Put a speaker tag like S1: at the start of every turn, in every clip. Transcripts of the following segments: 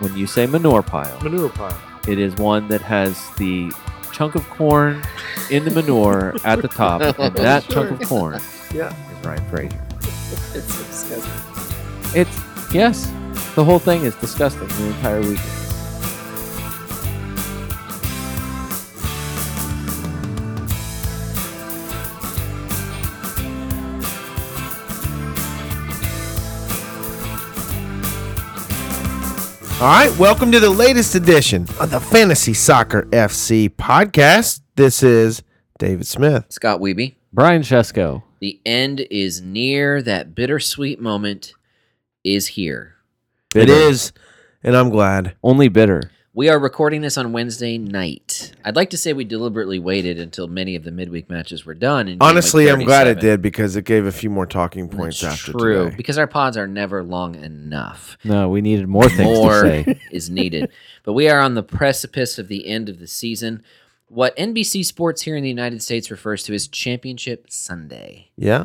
S1: when you say manure pile,
S2: Manure pile.
S1: it is one that has the chunk of corn in the manure at the top, and that chunk of corn
S2: Yeah.
S1: is Ryan Fraser.
S3: It's disgusting.
S1: It's yes, the whole thing is disgusting. The entire week.
S4: All right, welcome to the latest edition of the Fantasy Soccer FC podcast. This is David Smith.
S3: Scott Weeby,
S1: Brian Chesko.
S3: the end is near. That bittersweet moment is here.
S4: It is, and I'm glad.
S1: only bitter.
S3: We are recording this on Wednesday night. I'd like to say we deliberately waited until many of the midweek matches were done. And
S4: Honestly, I'm glad it did because it gave a few more talking points after
S3: true,
S4: today.
S3: because our pods are never long enough.
S1: No, we needed more things
S3: More
S1: to say.
S3: is needed. But we are on the precipice of the end of the season. What NBC Sports here in the United States refers to as Championship Sunday.
S4: Yeah,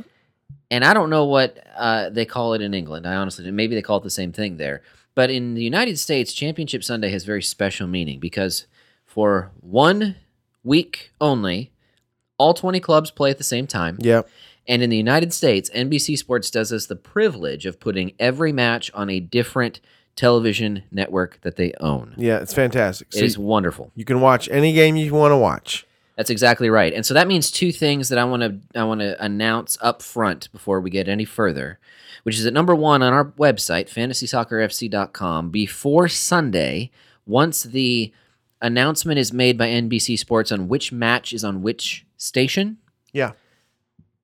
S3: And I don't know what uh, they call it in England. I honestly maybe they call it the same thing there. But in the United States, Championship Sunday has very special meaning because for one week only, all 20 clubs play at the same time.
S4: yeah.
S3: And in the United States, NBC Sports does us the privilege of putting every match on a different television network that they own.
S4: Yeah, it's fantastic.
S3: It
S4: So
S3: is wonderful.
S4: you can watch any game you want to watch.
S3: That's exactly right. And so that means two things that I want to I want to announce up front before we get any further, which is that number 1 on our website fantasysoccerfc.com before Sunday, once the announcement is made by NBC Sports on which match is on which station,
S4: Yeah.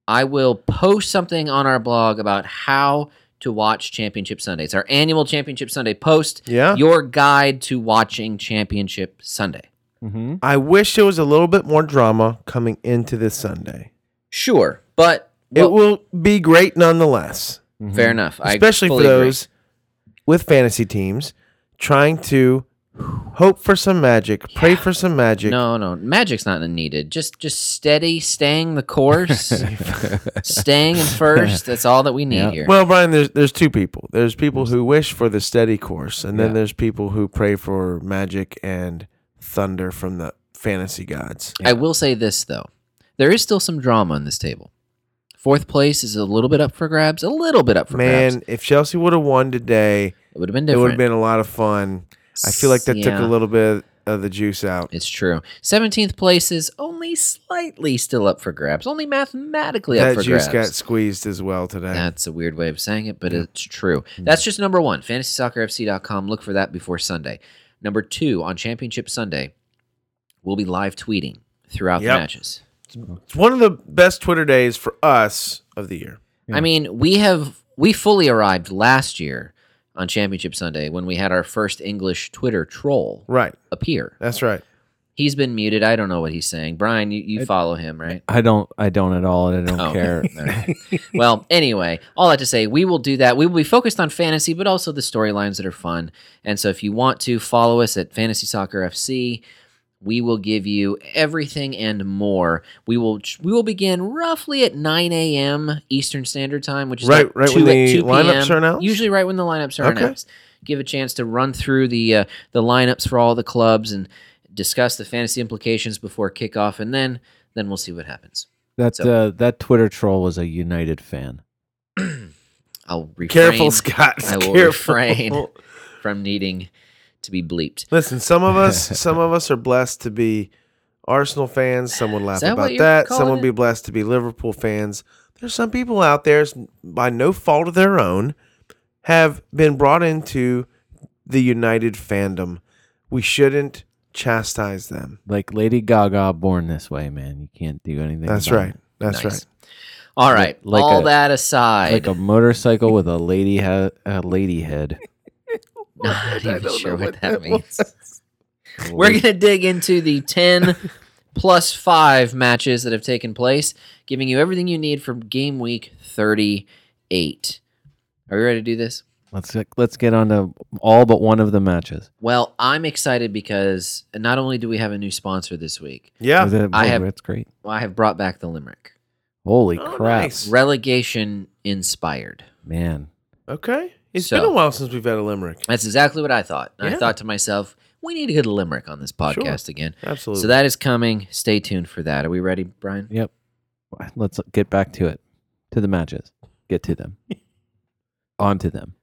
S3: I will post something on our blog about how to watch Championship Sunday. It's our annual Championship Sunday post.
S4: Yeah.
S3: Your guide to watching Championship Sunday.
S1: mm-hmm.
S4: I wish there was a little bit more drama coming into this Sunday.
S3: Sure, but
S4: it will be great nonetheless,
S3: fair enough. I
S4: Mm-hmm. especially for
S3: fully agree.
S4: those with fantasy teams trying to hope for some magic, pray for some magic.
S3: No, no, magic's not needed. Just, just steady, staying the course, staying in first. That's all that we need
S1: Yeah.
S3: here.
S4: Well, Brian, there's there's two people. There's people who wish for the steady course, and then
S1: Yeah.
S4: there's people who pray for magic and thunder from the fantasy gods.
S3: I will say this though, there is still some drama on this table. Fourth place is a little bit up for grabs. A little bit up for
S4: Man,
S3: grabs.
S4: if Chelsea would have won today,
S3: It would have been
S4: it would
S3: different.
S4: have been a lot of fun. I feel like that took
S3: Yeah.
S4: a little bit of the juice out.
S3: It's true. Seventeenth place is only slightly still up for grabs. Only mathematically up
S4: that
S3: for
S4: juice
S3: grabs.
S4: got squeezed as well today.
S3: That's a weird way of saying it, but it's true. That's just number one. FantasySoccerFC.com. Look for that before Sunday. Number two, on Championship Sunday, we'll be live tweeting throughout
S4: Yep.
S3: the matches.
S4: It's one of the best Twitter days for us of the year.
S3: I mean, we have we fully arrived last year on Championship Sunday when we had our first English Twitter troll
S4: Right.
S3: appear.
S4: That's right.
S3: He's been muted. I don't know what he's saying. Brian, you, you follow him, right?
S1: I don't. I don't at all, and I don't
S3: Oh.
S1: care.
S3: well, anyway, all that to say, we will do that. We will be focused on fantasy, but also the storylines that are fun. And so if you want to follow us at Fantasy Soccer FC, we will give you everything and more. We will we will begin roughly at 9 a.m. Eastern Standard Time, which is
S4: Right-
S3: like
S4: right
S3: 2
S4: when
S3: at
S4: the
S3: 2
S4: lineups
S3: p.m.,
S4: are announced?
S3: Usually, right when the lineups are
S4: Okay.
S3: announced, give a chance to run through the uh, the lineups for all the clubs and discuss the fantasy implications before kickoff, and then then we'll see what happens.
S1: That
S3: So-
S1: uh, that Twitter troll was a United fan.
S3: I'll refrain.
S4: Careful, Scott.
S3: I will
S4: Careful.
S3: refrain. from needing to be bleeped.
S4: Listen, some of us, some of us are blessed to be Arsenal fans. Some would laugh
S3: that what
S4: about
S3: you're
S4: that.
S3: calling
S4: Some would
S3: it?
S4: be blessed to be Liverpool fans. There's some people out there, s- by no fault of their own, have been brought into the United fandom. We shouldn't chastise them.
S1: Like Lady Gaga, born this way, man. You can't do anything.
S4: That's
S1: about
S4: right.
S1: it.
S4: That's
S3: Nice.
S4: right.
S3: All right.
S1: Like
S3: all
S1: a-
S3: that aside,
S1: Like a motorcycle with a lady head. A lady head.
S3: not even sure what that, means. We're going to dig into the 10 plus 5 matches that have taken place, giving you everything you need for game week 38. Are we ready to do this?
S1: Let's let's get on to all but one of the matches.
S3: Well, I'm excited because not only do we have a new sponsor this week,
S4: Yeah.
S1: That-
S3: I have-
S1: oh, That's great.
S3: I have brought back the Limerick.
S1: Holy
S4: Oh,
S1: crap,
S4: nice.
S3: Relegation inspired.
S1: man!
S4: Okay. It's
S3: So-
S4: been a while since we've had a limerick.
S3: That's exactly what I thought. And I
S4: Yeah.
S3: thought to myself, we need to go to Limerick on this podcast again.
S4: Absolutely.
S3: So that is coming. Stay tuned for that. Are we ready, Brian?
S1: Yep. Let's get back to it. To the matches. Get to them. On to them.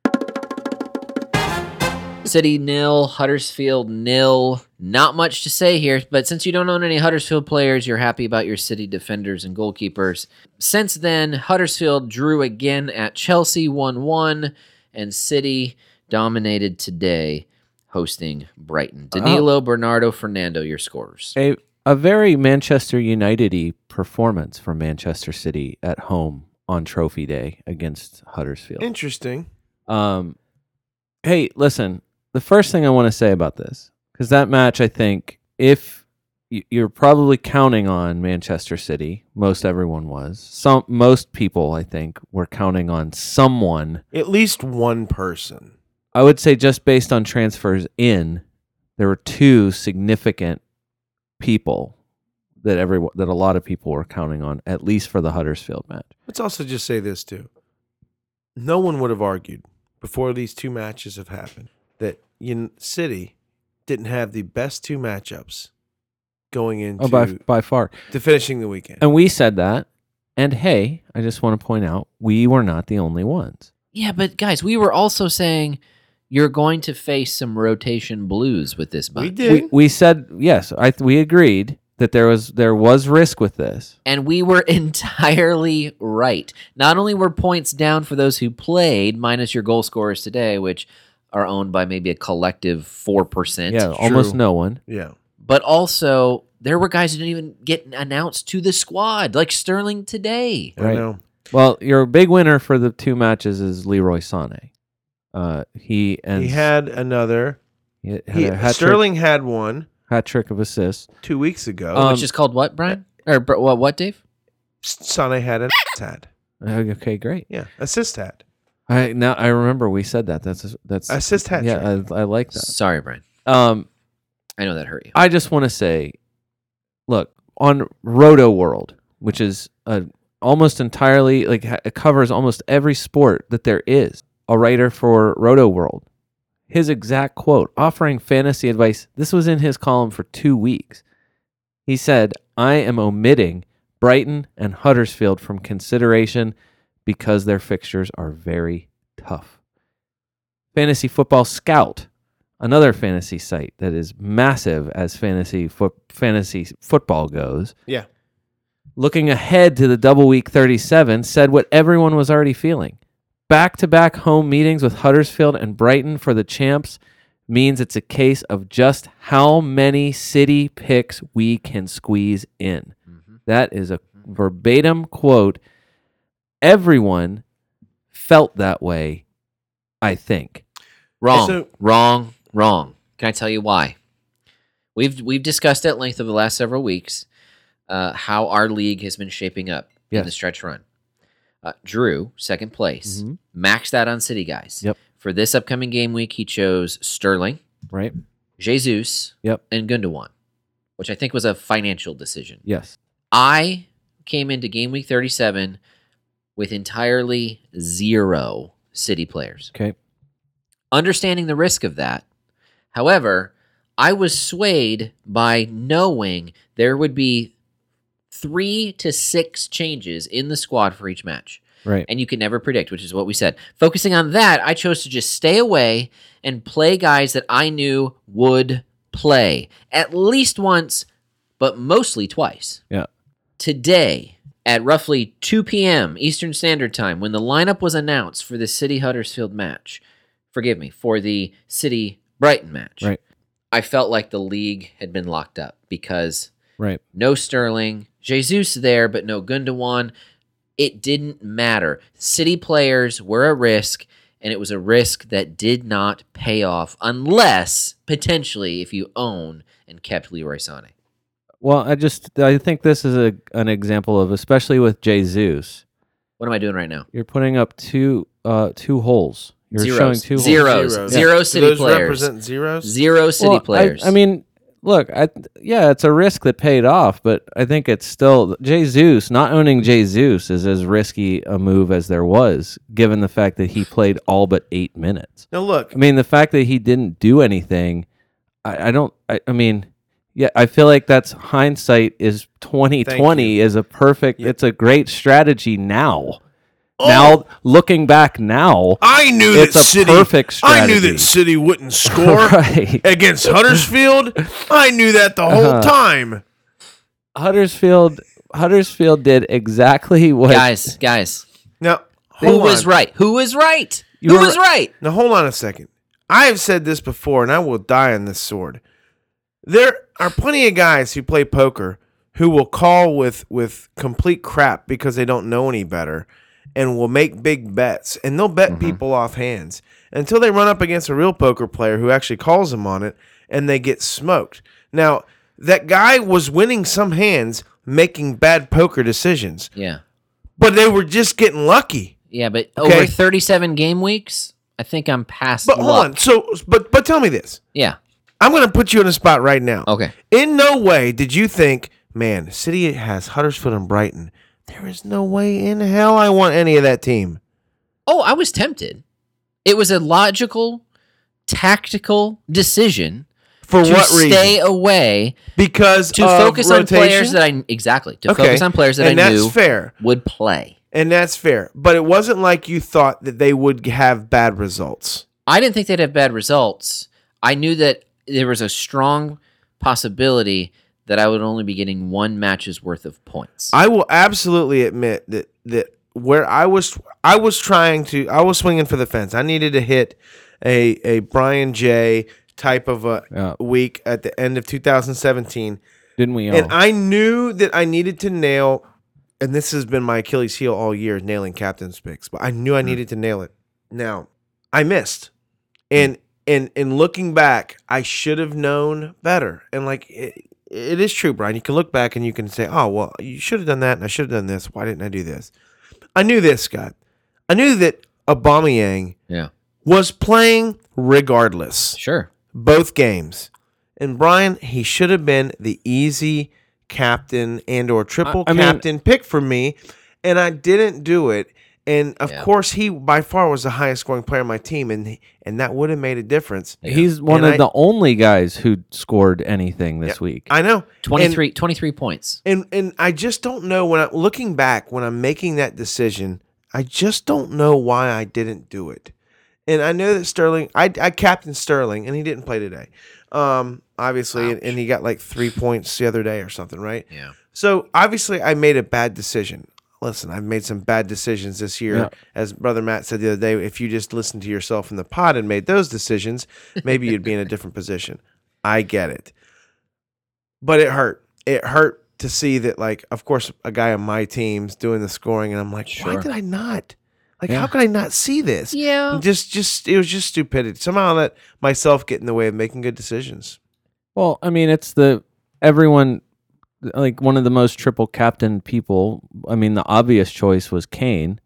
S3: City nil, Huddersfield nil. Not much to say here, but since you don't own any Huddersfield players, you're happy about your City defenders and goalkeepers. Since then, Huddersfield drew again at Chelsea 1 1, and City dominated today, hosting Brighton. Danilo, Bernardo, Fernando, your scorers.
S1: A a very Manchester United performance from Manchester City at home on trophy day against Huddersfield.
S4: Interesting.
S1: Um, hey, listen. The first thing I want to say about this, because that match, I think, if y- you're probably counting on Manchester City, most everyone was. Some most people, I think, were counting on someone.
S4: At least one person.
S1: I would say just based on transfers in, there were two significant people that everyone that a lot of people were counting on, at least for the Huddersfield match.
S4: Let's also just say this too. No one would have argued before these two matches have happened that Un- City didn't have the best two matchups going into
S1: Oh, by by far.
S4: to finishing the weekend.
S1: And we said that. And hey, I just want to point out we were not the only ones.
S3: Yeah, but guys, we were also saying you're going to face some rotation blues with this
S4: we
S3: bunch.
S4: did.
S1: We, we said yes. I we agreed that there was there was risk with this.
S3: And we were entirely right. Not only were points down for those who played, minus your goal scorers today, which are owned by maybe a collective 4%,
S1: yeah, almost
S4: true.
S1: no one.
S4: yeah.
S3: but also there were guys who didn't even get announced to the squad, like Sterling today.
S4: I
S1: Right.
S4: know.
S1: Well, your big winner for the two matches is Leroy Sané. Uh, he and
S4: he had another.
S1: he had
S4: He,
S1: a hat
S4: Sterling had one
S1: trick, hat trick of assists.
S4: two weeks ago.
S1: Um,
S3: which is called what, Brian? Or br- what, what, Dave?
S4: Sane had an hat.
S1: Uh, Okay, great.
S4: Yeah, assist hat.
S1: I now I remember we said that. That's that's
S4: Assist hat. trick.
S1: yeah. uh, I, I like that.
S3: Sorry, Brian.
S1: Um,
S3: I know that hurt you.
S1: I just want to say, look on Roto World, which is a almost entirely like ha- it covers almost every sport that there is. A writer for Roto World, his exact quote offering fantasy advice. This was in his column for two weeks. He said, "I am omitting Brighton and Huddersfield from consideration because their fixtures are very tough." Fantasy Football Scout another fantasy site that is massive as fantasy foot fantasy football goes.
S4: Yeah.
S1: Looking ahead to the double week 37 said what everyone was already feeling. Back-to-back home meetings with Huddersfield and Brighton for the champs means it's a case of just how many city picks we can squeeze in. That is a verbatim quote. Everyone felt that way, I think.
S3: Wrong,
S4: So-
S3: wrong, wrong. Can I tell you why? We've we've discussed at length over the last several weeks uh, how our league has been shaping up in the
S1: Yes.
S3: stretch run. Uh, Drew, second place,
S1: Mhm.
S3: maxed out on City guys.
S1: Yep.
S3: For this upcoming game week, he chose Sterling,
S1: Right?
S3: Jesus,
S1: Yep.
S3: and Gundogan, which I think was a financial decision.
S1: Yes.
S3: I came into game week 37 with entirely zero City players.
S1: Okay.
S3: understanding the risk of that. However, I was swayed by knowing there would be three to six changes in the squad for each match.
S1: Right.
S3: And you can never predict, which is what we said. Focusing on that, I chose to just stay away and play guys that I knew would play at least once, but mostly twice.
S1: Yeah.
S3: Today, at roughly 2 p.m. Eastern Standard Time, when the lineup was announced for the City Huddersfield match, forgive me, for the City Brighton match,
S1: Right.
S3: I felt like the league had been locked up because
S1: Right.
S3: no Sterling, Jesus there, but no Gundogan. It didn't matter. City players were a risk, and it was a risk that did not pay off unless potentially if you own and kept Leroy Sané.
S1: Well, I just I think this is a an example of especially with Jesus,
S3: What am I doing right now?
S1: you're putting up two uh two holes. You're showing
S3: Zeros.
S1: two holes.
S3: Zeros.
S4: Zeros.
S3: Zero
S4: Do
S3: city
S4: those
S3: players.
S4: represent zeros?
S3: Zero city
S1: Well, I-
S3: players.
S1: I, mean, look, I yeah, it's a risk that paid off, but I think it's still Jesus not owning Jesus is as risky a move as there was, given the fact that he played all but eight minutes.
S4: Now look,
S1: I mean, the fact that he didn't do anything, I, I don't. I, I mean, yeah, I feel like that's hindsight is twenty twenty is a perfect.
S4: Yeah. Oh!
S1: It's a great strategy now. Now looking back now,
S4: I knew
S1: It's
S4: that
S1: a
S4: City.
S1: perfect
S4: I knew
S1: strategy.
S4: that City wouldn't score
S1: right?
S4: against Huddersfield. I knew that the
S3: Uh-huh.
S4: whole time.
S1: Huddersfield, Huddersfield did exactly what
S3: guys, guys.
S4: Now,
S3: Who
S4: hold
S3: was
S4: on.
S3: right? Who was right?
S1: You
S3: Who
S1: were-
S3: was right?
S4: Now, hold on a second. I have said this before, and I will die on this sword. There are plenty of guys who play poker who will call with with complete crap because they don't know any better, and will make big bets, and they'll
S3: Mm-hmm.
S4: bet people off hands until they run up against a real poker player who actually calls them on it, and they get smoked. Now, that guy was winning some hands, making bad poker decisions,
S3: Yeah.
S4: but they were just getting lucky.
S3: Yeah, but
S4: Okay.
S3: over 37 game weeks, I think I'm past
S4: But hold
S3: luck.
S4: on. So, but but tell me this.
S3: Yeah.
S4: I'm going to put you in a spot right now.
S3: Okay.
S4: In no way did you think, man, City has Huddersfield and Brighton. There is no way in hell I want any of that team.
S3: Oh, I was tempted. It was a logical, tactical decision
S4: For
S3: to
S4: what
S3: stay
S4: reason?
S3: away
S4: Because
S3: to
S4: of
S3: focus
S4: rotation?
S3: on players that I exactly to
S4: Okay.
S3: focus on players that
S4: and
S3: I
S4: that's
S3: knew
S4: fair.
S3: would play.
S4: And that's fair. But it wasn't like you thought that they would have bad results.
S3: I didn't think they'd have bad results. I knew that there was a strong possibility that I would only be getting one match's worth of points.
S4: I will absolutely admit that that where I was I was trying to I was swinging for the fence. I needed to hit a a Brian J type of a
S1: Yeah.
S4: week at the end of 2017
S1: didn't we? All?
S4: and I knew that I needed to nail and this has been my Achilles heel all year nailing captain's picks, but I knew I needed to nail it. Now, I missed. And and and looking back, I should have known better. And like it, it is true, Brian. You can look back and you can say, "Oh, well, you should have done that, and I should have done this. Why didn't I do this?" I knew this, Scott. I knew that Aubameyang
S3: yeah,
S4: was playing regardless
S3: sure.
S4: both games. And Brian, he should have been the easy captain and or triple
S1: I mean-
S4: captain pick for me, and I didn't do it. And of
S3: Yeah.
S4: course, he by far was the highest scoring player on my team, and and that would have made a difference.
S1: He's one
S4: And
S1: of
S4: I-
S1: the only guys who scored anything this week.
S4: I know
S3: 23, 23 points.
S4: and, and and I just don't know when I looking back when I'm making that decision, I just don't know why I didn't do it. And I know that Sterling, I I captained Sterling, and he didn't play today, um, obviously, and, and he got like three points the other day or something, right?
S3: Yeah.
S4: So obviously, I made a bad decision. Listen, I've made some bad decisions this year.
S1: Yeah.
S4: As Brother Matt said the other day, if you just listened to yourself in the pod and made those decisions, maybe you'd be in a different position. I get it. But it hurt. It hurt to see that, like, of course, a guy on my team's doing the scoring, and I'm like, why
S3: Sure.
S4: did I not? Like,
S1: Yeah.
S4: how could I not see this?
S3: Yeah.
S4: Just, just, it was just stupidity. Somehow I let myself get in the way of making good decisions.
S1: Well, I mean, it's the everyone like one of the most triple captain people. I mean, the obvious choice was Kane.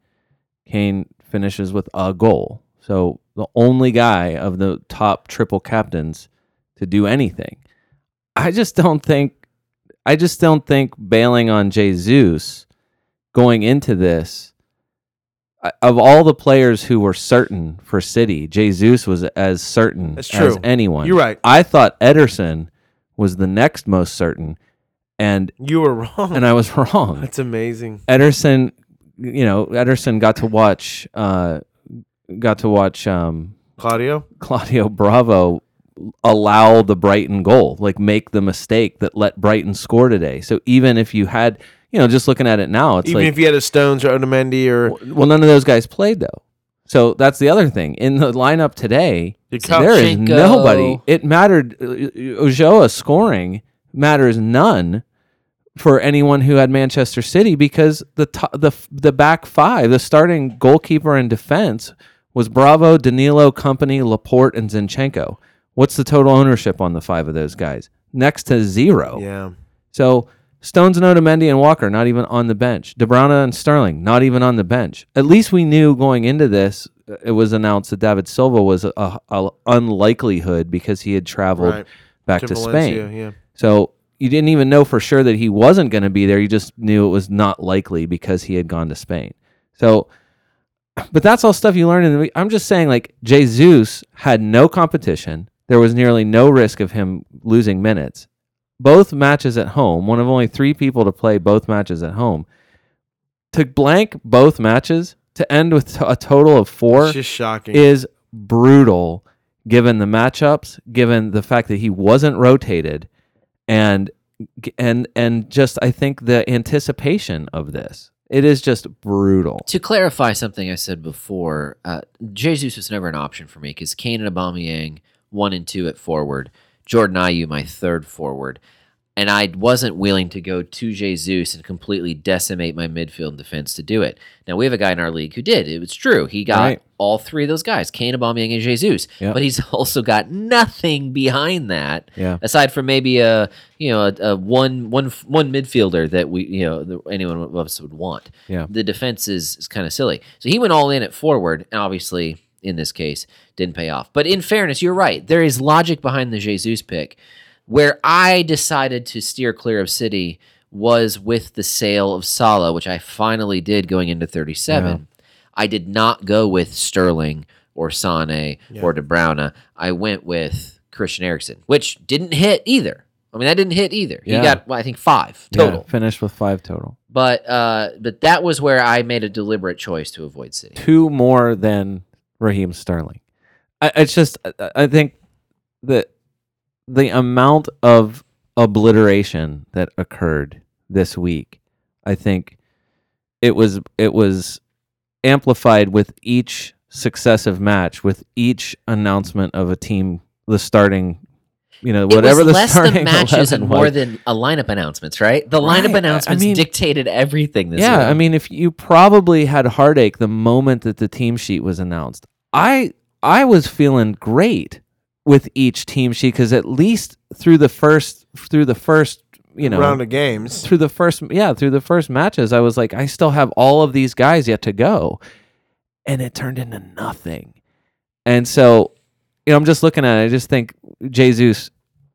S1: Kane finishes with a goal. So the only guy of the top triple captains to do anything. I just don't think I just don't think bailing on Jesus going into this I- of all the players who were certain for City, Jesus was as certain
S4: That's
S1: as
S4: true.
S1: anyone.
S4: You're right.
S1: I thought Ederson was the next most certain, and
S4: You were wrong.
S1: and I was wrong.
S4: That's amazing.
S1: Ederson, you know, Ederson got to watch, uh, got to watch um,
S4: Claudio?
S1: Claudio Bravo allow the Brighton goal, like make the mistake that let Brighton score today. So even if you had, you know, just looking at it now, it's
S4: Even
S1: like
S4: if you had a Stones or Otamendi or
S1: well, none of those guys played though. So that's the other thing in the lineup today.
S4: Did
S1: There is
S3: Shevchenko.
S1: nobody. It mattered. Ojoa scoring matters none for anyone who had Manchester City because the to, the the back five, the starting goalkeeper and defense was Bravo, Danilo, Company, Laporte, and Zinchenko. What's the total ownership on the five of those guys? Next to zero.
S4: yeah.
S1: So Stones and Otamendi and Walker not even on the bench. DeBrana and Sterling not even on the bench. At least we knew going into this. uh, It was announced that David Silva was a, a- a unlikelihood because he had traveled
S4: Right.
S1: back to, Spain.
S4: Valencia, yeah.
S1: So you didn't even know for sure that he wasn't going to be there. You just knew it was not likely because he had gone to Spain. So, but that's all stuff you learn in the. week. I'm just saying, like Jesus had no competition. There was nearly no risk of him losing minutes. Both matches at home, one of only three people to play both matches at home. To blank both matches to end with t- a total of four
S4: It's just shocking.
S1: is brutal given the matchups, given the fact that he wasn't rotated and and and just I think the anticipation of this. It is just brutal.
S3: To clarify something I said before, uh, Jesus was never an option for me because Kane and Aubameyang one and two at forward, Jordan Ayew my third forward, and I wasn't willing to go to Jesus and completely decimate my midfield defense to do it. Now we have a guy in our league who did. It was true. He got
S1: Right.
S3: all three of those guys, Kane, Aubameyang, and Jesus,
S1: Yeah.
S3: but he's also got nothing behind that
S1: Yeah.
S3: aside from maybe a you know a, a one one one midfielder that we you know the, anyone of us would want.
S1: Yeah.
S3: the defense is, is kind of silly. So he went all in at forward, and obviously in this case didn't pay off. But in fairness, you're right. There is logic behind the Jesus pick. Where I decided to steer clear of City was with the sale of Salah, which I finally did going into 37. I did not go with Sterling or Sane or De Bruyne. I went with Christian Eriksen, which didn't hit either. I mean, that didn't hit either.
S1: Yeah.
S3: He got, well, I think, five
S1: Yeah,
S3: total.
S1: finished with 5 total.
S3: But uh, but that was where I made a deliberate choice to avoid City.
S1: Two more than Raheem Sterling. I, it's just I- I think that the amount of obliteration that occurred this week, I think it was it was amplified with each successive match, with each announcement of a team, the starting, you know, whatever
S3: it was
S1: the
S3: less
S1: starting
S3: than matches
S1: 11
S3: and
S1: was.
S3: more than a lineup announcements, right? The
S1: Right. I-
S3: lineup
S1: I
S3: announcements
S1: mean-
S3: dictated everything. This
S1: yeah,
S3: week.
S1: I mean, if you probably had heartache the moment that the team sheet was announced, I I was feeling great with each team sheet because at least through the first through the first you know
S4: round of games.
S1: through the first yeah through the first matches i was like i still have all of these guys yet to go and it turned into nothing and so you know i'm just looking at it i just think jesus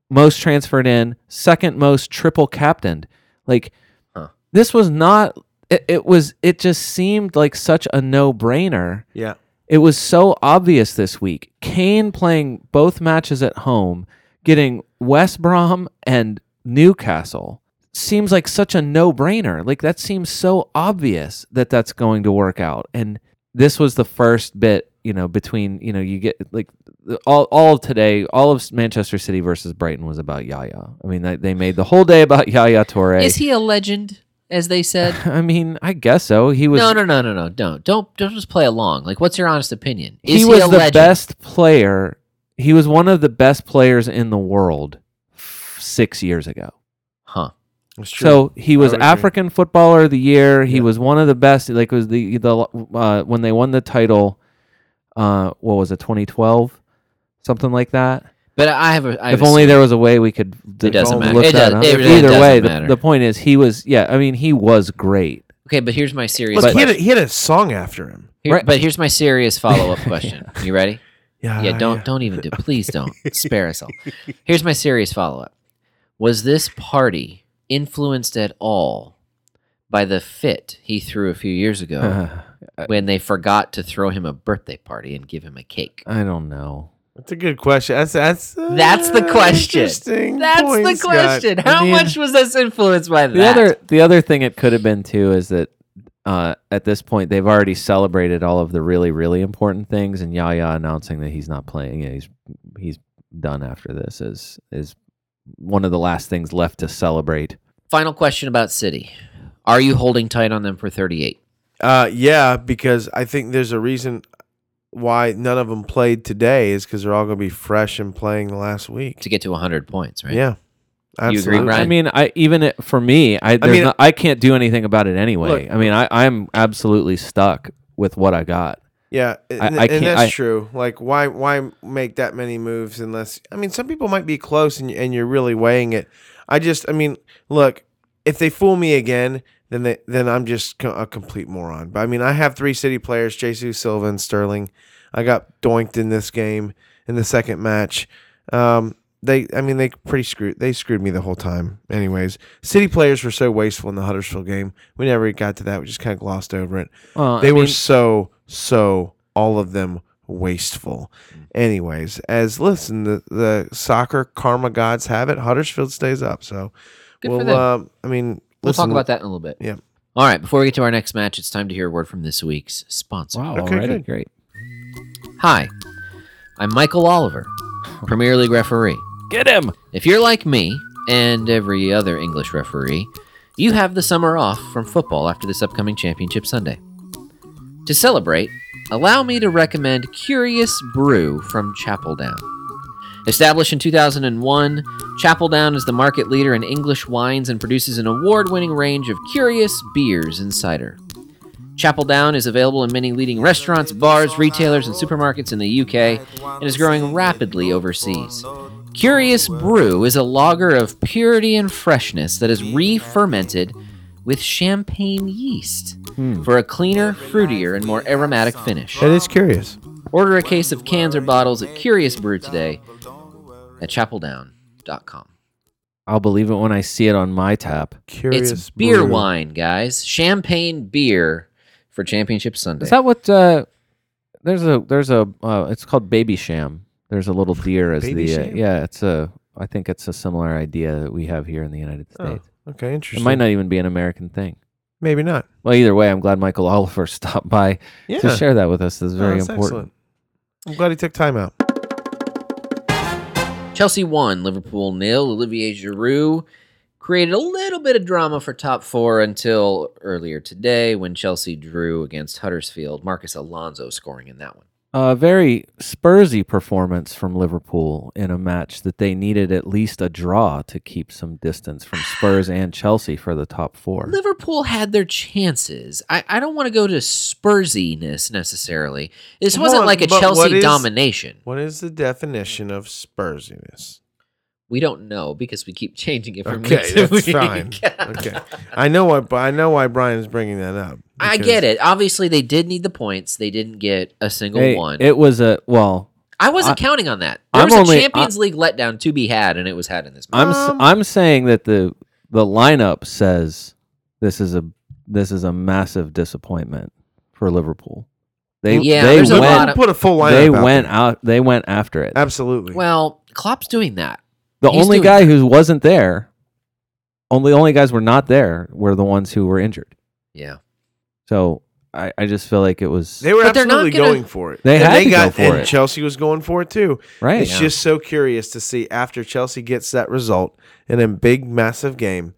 S1: most transferred in second most triple captained like
S3: Huh.
S1: this was not it, it was it just seemed like such a no-brainer
S4: Yeah.
S1: it was so obvious this week. Kane playing both matches at home, getting West Brom and Newcastle seems like such a no-brainer. Like that seems so obvious that that's going to work out. And this was the first bit, you know, between, you know, you get like the- all all of today, all of Manchester City versus Brighton was about Yaya. I mean, they, they made the whole day about Yaya Torre.
S3: is he a legend, as they said?
S1: I mean, I guess so. He was
S3: no, no, no, no, no. Don't don't don't just play along. Like, what's your honest opinion? Is
S1: he was
S3: a
S1: the
S3: legend?
S1: best player. He was one of the best players in the world f- six years ago.
S3: Huh.
S4: That's
S1: So he was
S4: would agree.
S1: African Footballer of the Year. He
S4: Yeah.
S1: was one of the best. Like was the the uh, when they won the title. Uh, what was it? Twenty twelve, something like that.
S3: But I have a. I have
S1: if
S3: a
S1: only there was a way we could. d-
S3: It doesn't
S4: matter.
S1: Look
S4: It
S1: that
S3: does-
S1: up.
S3: it really
S1: Either
S3: doesn't
S1: way, the,
S3: matter.
S1: the point is he was. Yeah, I mean he was great.
S3: Okay, but here's my serious.
S4: Look, he, had a,
S3: question.
S4: he had a song after him.
S3: Here-
S1: Right.
S3: But here's my serious follow up question. You ready? Yeah, don't
S4: Uh, yeah.
S3: don't even do. Please don't spare us all. Here's my serious follow up. Was this party influenced at all by the fit he threw a few years ago
S4: Uh-huh.
S3: when they forgot to throw him a birthday party and give him a cake?
S4: Uh,
S1: I don't know.
S4: That's a good question. That's that's uh,
S3: That's the question.
S4: interesting
S3: That's
S4: point,
S3: the
S4: Scott.
S3: question. How
S1: mean-
S3: much was this influenced by that?
S1: The other the other thing it could have been too is that uh, at this point they've already celebrated all of the really really important things, and Yaya announcing that he's not playing, you know, he's he's done after this is is one of the last things left to celebrate.
S3: Final question about City. Are you holding tight on them for 38?
S4: Uh, yeah, because I think there's a reason why none of them played today is because they're all going to be fresh and playing the last week.
S3: to get to 100 points, right?
S4: Yeah,
S3: agree,
S4: absolutely.
S3: Brian?
S1: I mean, I even it, for me, I I,
S4: mean-
S1: no, I can't do anything about it anyway.
S4: Look-
S1: I mean, I I'm absolutely stuck with what I got.
S4: Yeah, and,
S1: I
S4: and
S1: can't-
S4: that's
S1: I-
S4: true. Like, why why make that many moves unless I mean, some people might be close and and you're really weighing it. I just, I mean, look, if they fool me again, then they then I'm just co- a complete moron. But I mean, I have three city players: Jesus Silva and Sterling. I got doinked in this game in the second match. Um, they I mean they pretty screwed they screwed me the whole time. Anyways, city players were so wasteful in the Huddersfield game. We never got to that. We just kind of glossed over it.
S1: Uh,
S4: They
S1: I
S4: were
S1: mean,
S4: so so all of them wasteful. Anyways, as listen the the soccer karma gods have it, Huddersfield stays up. So
S3: Good for
S4: we'll
S3: them.
S4: um I mean
S3: We'll
S4: listen,
S3: talk about that in a little bit.
S4: Yep.
S3: All right. Before we get to our next match, it's time to hear a word from this week's sponsor.
S1: wow,
S4: Okay,
S1: already
S4: good.
S1: great.
S3: Hi, I'm Michael Oliver, Premier League referee.
S1: Get him.
S3: If you're like me and every other English referee, you have the summer off from football after this upcoming championship Sunday. To celebrate, allow me to recommend Curious Brew from Chapeldown. Established in 2001, Chapeldown is the market leader in English wines and produces an award winning range of curious beers and cider. Chapeldown is available in many leading restaurants, bars, retailers, and supermarkets in the UK and is growing rapidly overseas. Curious Brew is a lager of purity and freshness that is re fermented with champagne yeast for a cleaner, fruitier, and more aromatic finish.
S4: Hmm. That is curious.
S3: Order a case of cans or bottles at Curious Brew today at chapeldown.com.
S1: I'll believe it when I see it on my tap.
S4: Curious.
S3: It's beer
S4: brew.
S3: wine, guys. Champagne beer for Championship Sunday.
S1: Is that what? Uh, there's a there's a uh, it's called Baby Sham. There's a little deer as
S4: Baby
S1: the uh,
S4: Sham?
S1: yeah. It's a I think it's a similar idea that we have here in the United
S4: Oh,
S1: States.
S4: okay,
S1: it
S4: interesting.
S1: might not even be an American thing.
S4: Maybe not.
S1: Well, either way, I'm glad Michael Oliver stopped by
S4: Yeah.
S1: to share that with us. This is
S4: No,
S1: very
S4: Oh, that's
S1: important.
S4: excellent. I'm glad he took time out.
S3: Chelsea won, Liverpool nil. Olivier Giroud created a little bit of drama for top four until earlier today when Chelsea drew against Huddersfield. Marcus Alonso scoring in that one.
S1: A very Spursy performance from Liverpool in a match that they needed at least a draw to keep some distance from Spurs and Chelsea for the top four.
S3: Liverpool had their chances. I, I don't want to go to Spursiness necessarily. This
S4: Come
S3: wasn't
S4: on,
S3: like a
S4: but what
S3: Chelsea
S4: is-
S3: domination.
S4: What is the definition of Spursiness?
S3: We don't know because we keep changing it from
S4: Okay,
S3: week to
S4: that's
S3: week.
S4: fine. Okay, I know why. I know why Brian's bringing that up.
S3: I
S4: because
S3: get it. Obviously, they did need the points. They didn't get a single
S1: Hey,
S3: one.
S1: It was a well.
S3: I wasn't
S1: I-
S3: counting on that. There
S1: I'm
S3: was a
S1: only-
S3: Champions League letdown to be had, and it was had in this match.
S1: I'm s
S4: Um,
S1: am saying that the the lineup says this is a this is a massive disappointment for Liverpool. They
S3: Yeah,
S1: they
S3: there's a
S1: went
S3: lot
S4: Liverpool
S3: of-
S4: put a full lineup.
S1: they
S4: out
S1: went
S4: there.
S1: out they went after it.
S4: absolutely.
S3: Well, Klopp's doing that.
S1: The
S3: He's
S1: only
S3: doing
S1: guy who wasn't there, only only guys were not there were the ones who were injured.
S3: Yeah.
S1: So I, I just feel like it was
S4: they were
S3: But they're not
S4: absolutely
S3: gonna-
S4: going for it.
S1: They
S4: And
S1: had to go
S4: got,
S1: for
S4: and
S1: it.
S4: Chelsea was going for it too.
S1: right.
S4: It's just so curious to see after Chelsea gets that result in a big, massive game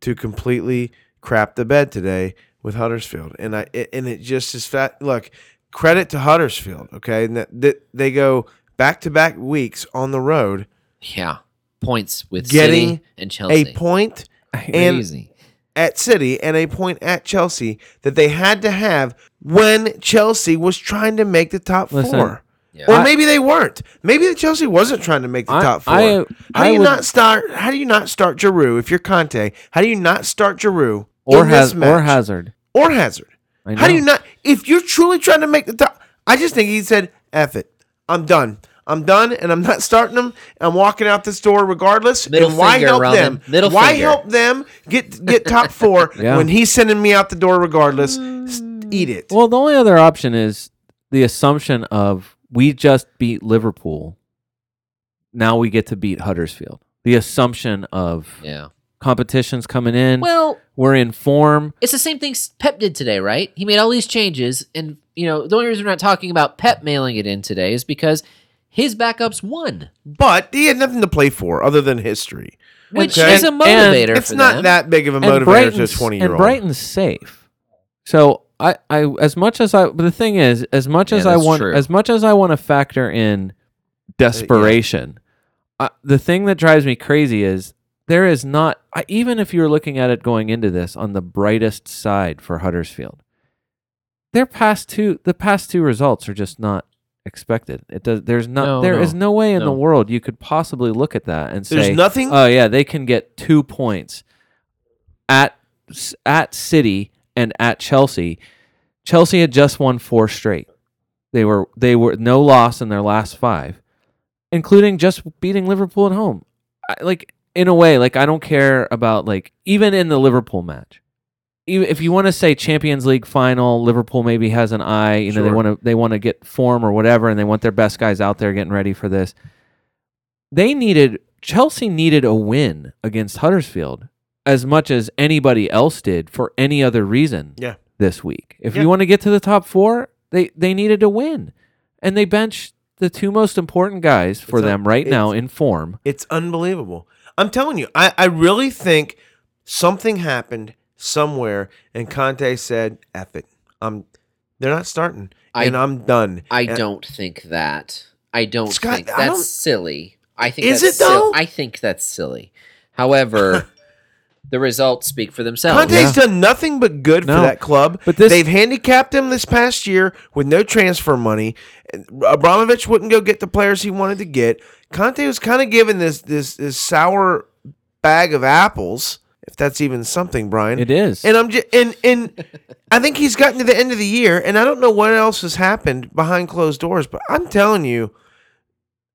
S4: to completely crap the bed today with Huddersfield. And I it, and it just is fat. Look, credit to Huddersfield. Okay, and that, that they go back to back weeks on the road,
S3: Yeah. Points with
S4: Getting
S3: City and Chelsea.
S4: a point and
S3: Crazy.
S4: at City and a point at Chelsea that they had to have when Chelsea was trying to make the top
S1: Listen,
S4: four.
S3: Yeah.
S4: Or maybe they weren't. Maybe the Chelsea wasn't trying to make the
S1: I-
S4: top four.
S1: I-
S4: how do
S1: I
S4: you
S1: would-
S4: not start? How do you not start Giroud if you're Conte? How do you not start Giroud
S1: or
S4: in
S1: has
S4: this match?
S1: or Hazard.
S4: or Hazard?
S1: I
S4: How do
S1: know.
S4: you not? If you're truly trying to make the top, I just think he said, "F it, I'm done." I'm done, and I'm not starting them. I'm walking out this door regardless.
S3: Middle
S4: and why
S3: finger,
S4: help
S3: Robin.
S4: them?
S3: Middle
S4: why
S3: finger.
S4: help them get get top four
S1: Yeah.
S4: when he's sending me out the door regardless? S- Eat it.
S1: Well, the only other option is the assumption of we just beat Liverpool. Now we get to beat Huddersfield. The assumption of
S3: Yeah.
S1: competitions coming in.
S3: Well,
S1: we're in form.
S3: it's the same thing Pep did today, right? He made all these changes, and you know the only reason we're not talking about Pep mailing it in today is because his backups won,
S4: but he had nothing to play for other than history.
S3: which
S4: Okay.
S3: is a
S1: And-
S3: motivator.
S4: It's
S3: for
S4: not
S3: them.
S4: that big of a
S1: And
S4: motivator to a
S1: Brighton's,
S4: 20
S1: and
S4: year old.
S1: Brighton's safe. So I, I as much as I but the thing is, as much
S3: Yeah,
S1: as I
S3: that's
S1: want
S3: true.
S1: as much as I want to factor in desperation, I, the thing that drives me crazy is there is not I, even if you're looking at it going into this on the brightest side for Huddersfield, their past two the past two results are just not expected. It does there's not there
S3: No,
S1: is
S3: no,
S1: no, way in
S3: no.
S1: the world you could possibly look at that and
S4: There's
S1: say
S4: nothing.
S1: Oh yeah, they can get two points at at City and at Chelsea. Chelsea had just won four straight. They were they were no loss in their last five, including just beating Liverpool at home. I, like in a way, like I don't care about like even in the Liverpool match. Even if you want to say Champions League final, Liverpool maybe has an eye. You know they
S4: Sure.
S1: want to they want to get form or whatever, and they want their best guys out there getting ready for this. They needed Chelsea needed a win against Huddersfield as much as anybody else did for any other reason
S4: Yeah.
S1: this week. If
S4: Yeah.
S1: you want to get to the top four, they they needed to win, and they benched the two most important guys for
S4: It's a-
S1: them right now
S4: it's-
S1: in form.
S4: It's unbelievable. I'm telling you, I, I really think something happened somewhere, and Conte said, "F it, I'm. They're not starting,
S3: I-
S4: and I'm done."
S3: I
S4: And-
S3: don't think that. I don't
S4: Scott,
S3: think
S4: I
S3: that's
S4: don't-
S3: silly. I think
S4: Is
S3: that's
S4: it, though?
S3: sil- I think that's silly. However, the results speak for themselves.
S4: Conte's done nothing but good for
S1: No.
S4: that club.
S1: But this-
S4: they've handicapped him this past year with no transfer money. Abramovich wouldn't go get the players he wanted to get. Conte was kind of given this this this sour bag of apples, if that's even something, Brian.
S1: It is.
S4: And I'm just and and I think he's gotten to the end of the year, and I don't know what else has happened behind closed doors, but I'm telling you,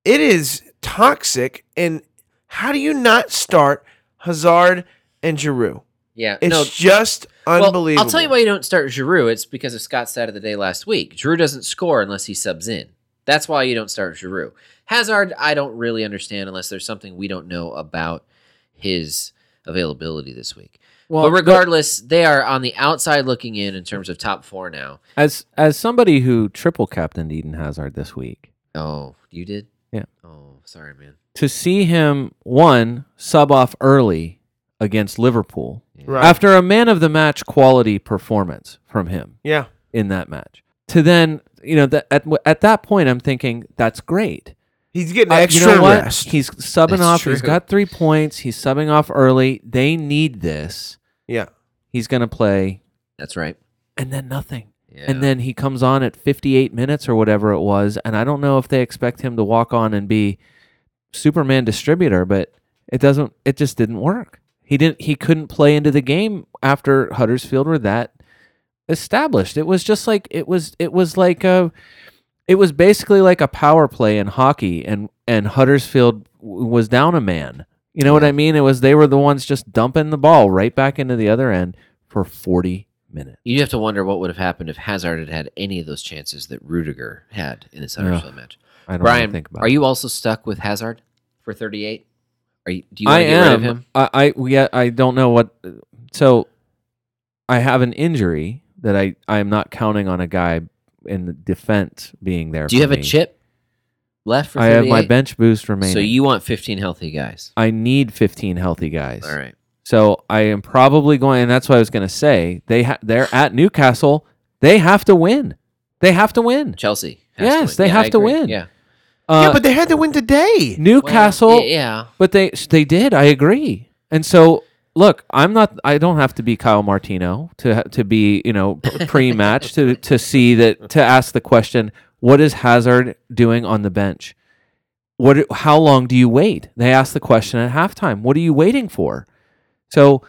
S4: it is toxic. And how do you not start Hazard and Giroud?
S3: Yeah.
S4: It's
S3: no,
S4: just
S3: well,
S4: unbelievable.
S3: I'll tell you why you don't start Giroud. It's because of Scott's stat of the day last week. Giroud doesn't score unless he subs in. That's why you don't start Giroud. Hazard, I don't really understand unless there's something we don't know about his availability this week.
S1: well,
S3: but regardless, they are on the outside looking in in terms of top four now.
S1: as as somebody who triple captained Eden Hazard this week,
S3: Oh, you did?
S1: Yeah.
S3: Oh, sorry, man.
S1: to see him one sub off early against Liverpool
S4: Right.
S1: after a man of the match quality performance from him
S4: Yeah.
S1: in that match, to then you know that at at that point I'm thinking that's great.
S4: He's getting
S1: Uh,
S4: extra rest.
S1: He's subbing
S3: That's
S1: off. He's
S3: true.
S1: got three points. He's subbing off early. They need this.
S4: yeah.
S1: He's going to play,
S3: That's right.
S1: and then nothing.
S3: Yeah.
S1: And then he comes on at 58 minutes or whatever it was. And I don't know if they expect him to walk on and be Superman distributor, but it doesn't. It just didn't work. He didn't. He couldn't play into the game after Huddersfield were that established. It was just like it was. It was like a. It was basically like a power play in hockey, and and Huddersfield w- was down a man. You know what I mean? It was they were the ones just dumping the ball right back into the other end for 40 minutes.
S3: you have to wonder what would have happened if Hazard had had any of those chances that Rudiger had in this
S1: Ugh.
S3: Huddersfield match.
S1: I don't
S3: Brian,
S1: wanna think about
S3: are
S1: it.
S3: you also stuck with Hazard for 38? Are you, do you want
S1: I
S3: to get rid
S1: am.
S3: of him?
S1: I, I yeah. I don't know what. So, I have an injury that I I am not counting on a guy in the defense being there.
S3: Do you
S1: for
S3: have a
S1: me.
S3: chip left for
S1: I have my
S3: 38?
S1: bench boost remaining.
S3: So you want 15 healthy guys.
S1: I need 15 healthy guys.
S3: All right.
S1: So I am probably going, and that's what I was going to say. They ha- they're at Newcastle. They have to win. They have to win.
S3: Chelsea. has
S1: Yes,
S3: to win.
S1: they
S3: Yeah,
S1: have
S3: I
S1: to
S3: agree.
S1: win.
S3: Yeah.
S1: Uh,
S4: yeah, but they had to win today.
S3: Well,
S1: Newcastle.
S3: y- yeah.
S1: But they they did. I agree. And so look, I'm not. I don't have to be Kyle Martino to ha- to be you know pre match to to see that to ask the question: What is Hazard doing on the bench? What? How long do you wait? They asked the question at halftime. What are you waiting for? So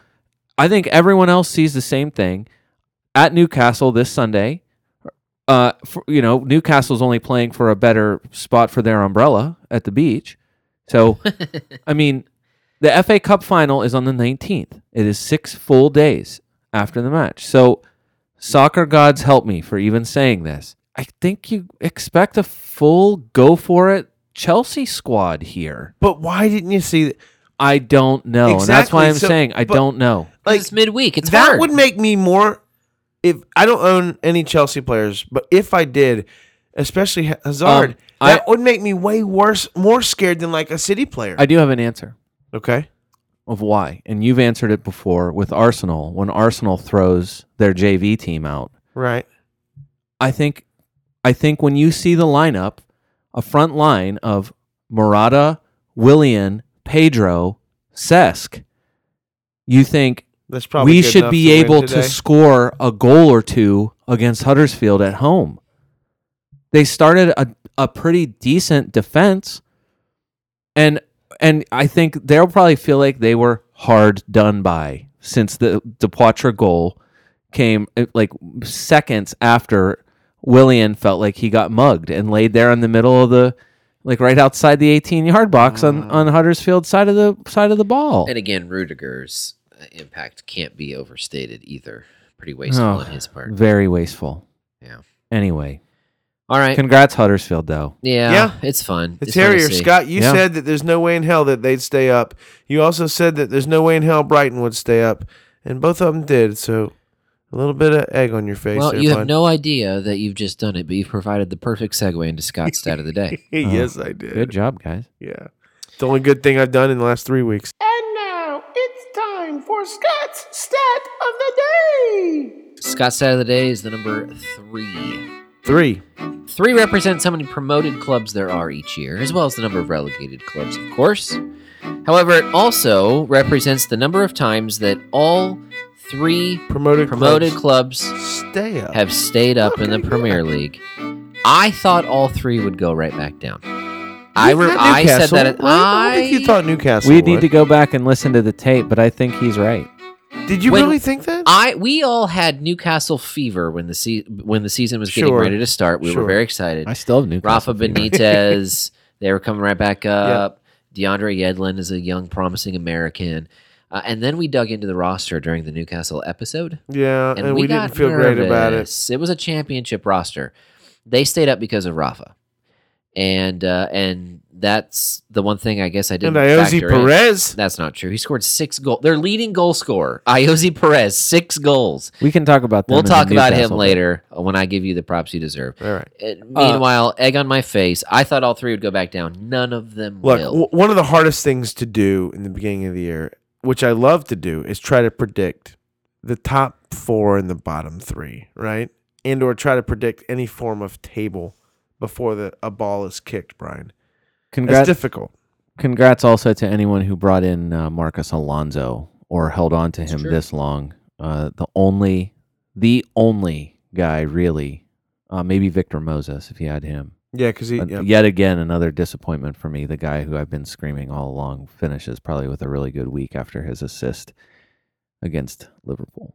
S1: I think everyone else sees the same thing at Newcastle this Sunday. Uh, for, you know, Newcastle's only playing for a better spot for their umbrella at the beach. So, I mean, the FA Cup final is on the 19th. It is six full days after the match. So, soccer gods help me for even saying this. I think you expect a full go for it Chelsea squad here.
S4: But why didn't you see that?
S1: I don't know. And that's why
S4: Exactly.
S1: I'm
S4: So-
S1: saying I
S4: but-
S1: don't know.
S3: Like,
S4: Like
S3: it's midweek. It's
S4: that
S3: hard.
S4: would make me more. If I don't own any Chelsea players, but if I did, especially Ha- Hazard,
S1: Um, I-
S4: that would make me way worse, more scared than like a City player.
S1: I do have an answer.
S4: okay.
S1: of why. And you've answered it before with Arsenal when Arsenal throws their JV team out.
S4: Right.
S1: I think I think when you see the lineup, a front line of Morata, Willian, Pedro, Sesk, you think
S4: That's probably.
S1: we
S4: good
S1: should
S4: enough
S1: be
S4: to win
S1: able
S4: today.
S1: to score a goal or two against Huddersfield at home. They started a, a pretty decent defense and and I think they'll probably feel like they were hard done by since the the Poitre goal came uh, like seconds after Willian felt like he got mugged and laid there in the middle of the like right outside the 18 yard box on,
S4: Uh-huh.
S1: on Huddersfield's side of the side of the ball.
S3: And again, Rudiger's uh, impact can't be overstated either. Pretty wasteful
S1: Oh.
S3: on his part.
S1: Very wasteful.
S3: Yeah.
S1: Anyway,
S3: All right.
S1: congrats Huddersfield though.
S3: yeah,
S4: Yeah.
S3: It's fun.
S4: The
S3: It's fun to
S4: Terrier,
S3: see.
S4: Scott, you
S1: Yeah.
S4: said that there's no way in hell that they'd stay up. You also said that there's no way in hell Brighton would stay up, and both of them did. So a little bit of egg on your face.
S3: Well,
S4: there,
S3: you have
S4: bud.
S3: no idea that you've just done it, but you've provided the perfect segue into Scott's stat of the day.
S4: yes, I did.
S1: Oh, Good job, guys.
S4: Yeah, it's the only good thing I've done in the last three weeks.
S2: And now it's time for Scott's stat of the day.
S3: Scott's stat of the day is the number three.
S4: Three.
S3: Three represents how many promoted clubs there are each year, as well as the number of relegated clubs, of course. However, it also represents the number of times that all three
S4: Promoted.
S3: promoted
S4: clubs.
S3: clubs
S4: Stay up.
S3: have stayed up in the Premier League. I thought all three would go right back down. I,
S4: You
S3: re-
S4: thought
S3: I said
S4: Newcastle,
S3: that. At,
S4: right? I don't think you thought Newcastle.
S1: we
S4: would.
S1: need to go back and listen to the tape, but I think he's right.
S4: Did you
S3: When-
S4: really think that?
S3: I we all had Newcastle fever when the se- when the season was getting
S4: Sure.
S3: ready to start. We
S4: Sure.
S3: were very excited.
S1: I still have Newcastle.
S3: Rafa Benitez, they were coming right back up. DeAndre Yedlin is a young, promising American. Uh, and then we dug into the roster during the Newcastle episode,
S4: yeah,
S3: and,
S4: and, Uh,
S3: we,
S4: we
S3: got
S4: didn't feel great about it.
S3: nervous. It was a championship roster. They stayed up because of Rafa, and uh, and that's the one thing I guess I didn't.
S4: And Iosi
S3: factor in.
S4: Perez.
S3: That's not true. He scored six goals. Their leading goal scorer, Iosi Perez, six goals.
S1: We can talk about them
S3: We'll
S1: in the
S3: talk about him
S1: Newcastle.
S3: later when I give you the props you deserve.
S4: All right.
S3: Uh, meanwhile, egg on my face. I thought all three would go back down. None of them
S4: Look,
S3: will.
S4: w- one of the hardest things to do in the beginning of the year, which I love to do, is try to predict the top four and the bottom three, right? And or try to predict any form of table before the a ball is kicked, Brian. That's
S1: Congrats,
S4: difficult.
S1: congrats also to anyone who brought in uh, Marcus Alonso or held on to him
S3: true.
S1: this long. Uh, the only, the only guy really, uh, maybe Victor Moses if you had him.
S4: Yeah, because he.
S1: Uh,
S4: yeah.
S1: Yet again, another disappointment for me. The guy who I've been screaming all along finishes probably with a really good week after his assist against Liverpool.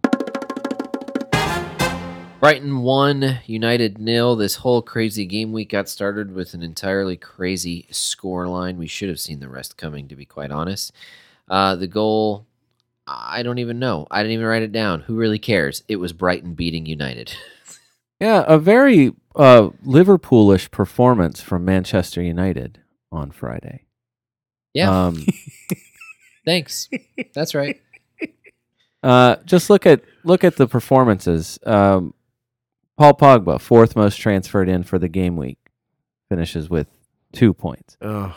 S3: Brighton won, United nil. This whole crazy game week got started with an entirely crazy scoreline. We should have seen the rest coming, to be quite honest. Uh, the goal, I don't even know. I didn't even write it down. Who really cares? It was Brighton beating United.
S1: Yeah, a very uh, Liverpoolish performance from Manchester United on Friday.
S3: Yeah,
S1: Um,
S3: thanks. That's right.
S1: Uh, just look at look at the performances. Um, Paul Pogba, fourth most transferred in for the game week, finishes with two points.
S4: Ugh.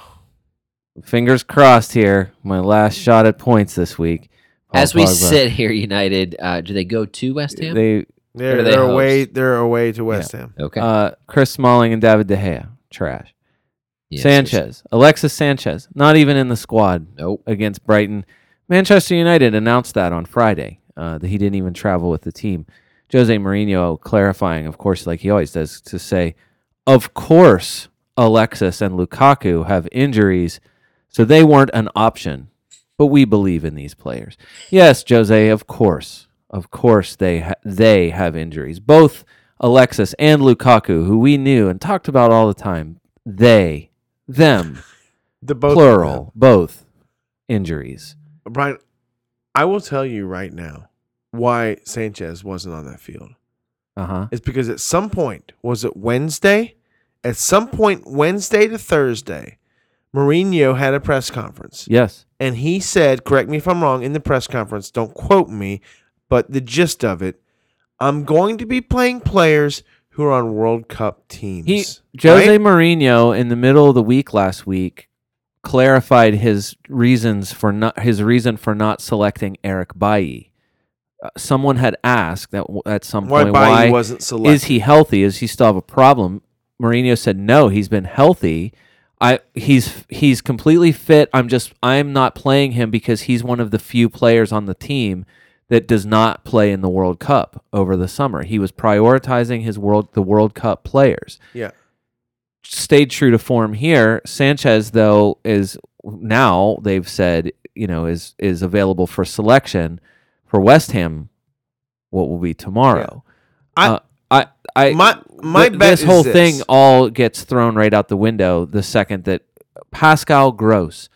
S1: Fingers crossed here. My last shot at points this week. Paul
S3: As we
S1: Pogba.
S3: sit here, United, uh, do they go to West Ham?
S1: they
S4: they're
S3: Are they
S4: they are away.
S3: hosts?
S4: They're away to West Ham.
S3: okay.
S1: uh, Chris Smalling and David De Gea, trash.
S3: Yeah, seriously.
S1: Sanchez, Alexis Sanchez, not even in the squad
S3: Nope.
S1: against Brighton. Manchester United announced that on Friday uh, that he didn't even travel with the team. Jose Mourinho clarifying, of course, like he always does, to say, of course, Alexis and Lukaku have injuries, so they weren't an option. But we believe in these players. Yes, Jose, of course, of course they ha- they have injuries. Both Alexis and Lukaku, who we knew and talked about all the time, they, them
S4: The both of
S1: plural, both injuries.
S4: them. Brian, I will tell you right now why Sanchez wasn't on that field.
S1: Uh huh.
S4: It's because at some point, was it Wednesday? At some point, Wednesday to Thursday, Mourinho had a press conference.
S1: Yes.
S4: And he said, correct me if I'm wrong, in the press conference, don't quote me, but the gist of it, I'm going to be playing players who are on World Cup teams.
S1: He Jose
S4: Right?
S1: Mourinho in the middle of the week last week clarified his reasons for not his reason for not selecting Eric Bailly. Uh, someone had asked that at some
S4: why
S1: point
S4: Bailly wasn't selected.
S1: Is he healthy? Is he still have a problem? Mourinho said no. He's been healthy. I he's he's completely fit. I'm just I'm not playing him because he's one of the few players on the team that does not play in the World Cup over the summer. He was prioritizing his world the World Cup players.
S4: Yeah.
S1: Stayed true to form here. Sanchez though is now they've said you know is is available for selection for West Ham. What will be tomorrow?
S4: I-
S1: Uh, I I
S4: my my
S1: th-
S4: bet
S1: this
S4: is
S1: whole
S4: this.
S1: thing all gets thrown right out the window the second that Pascal Gross,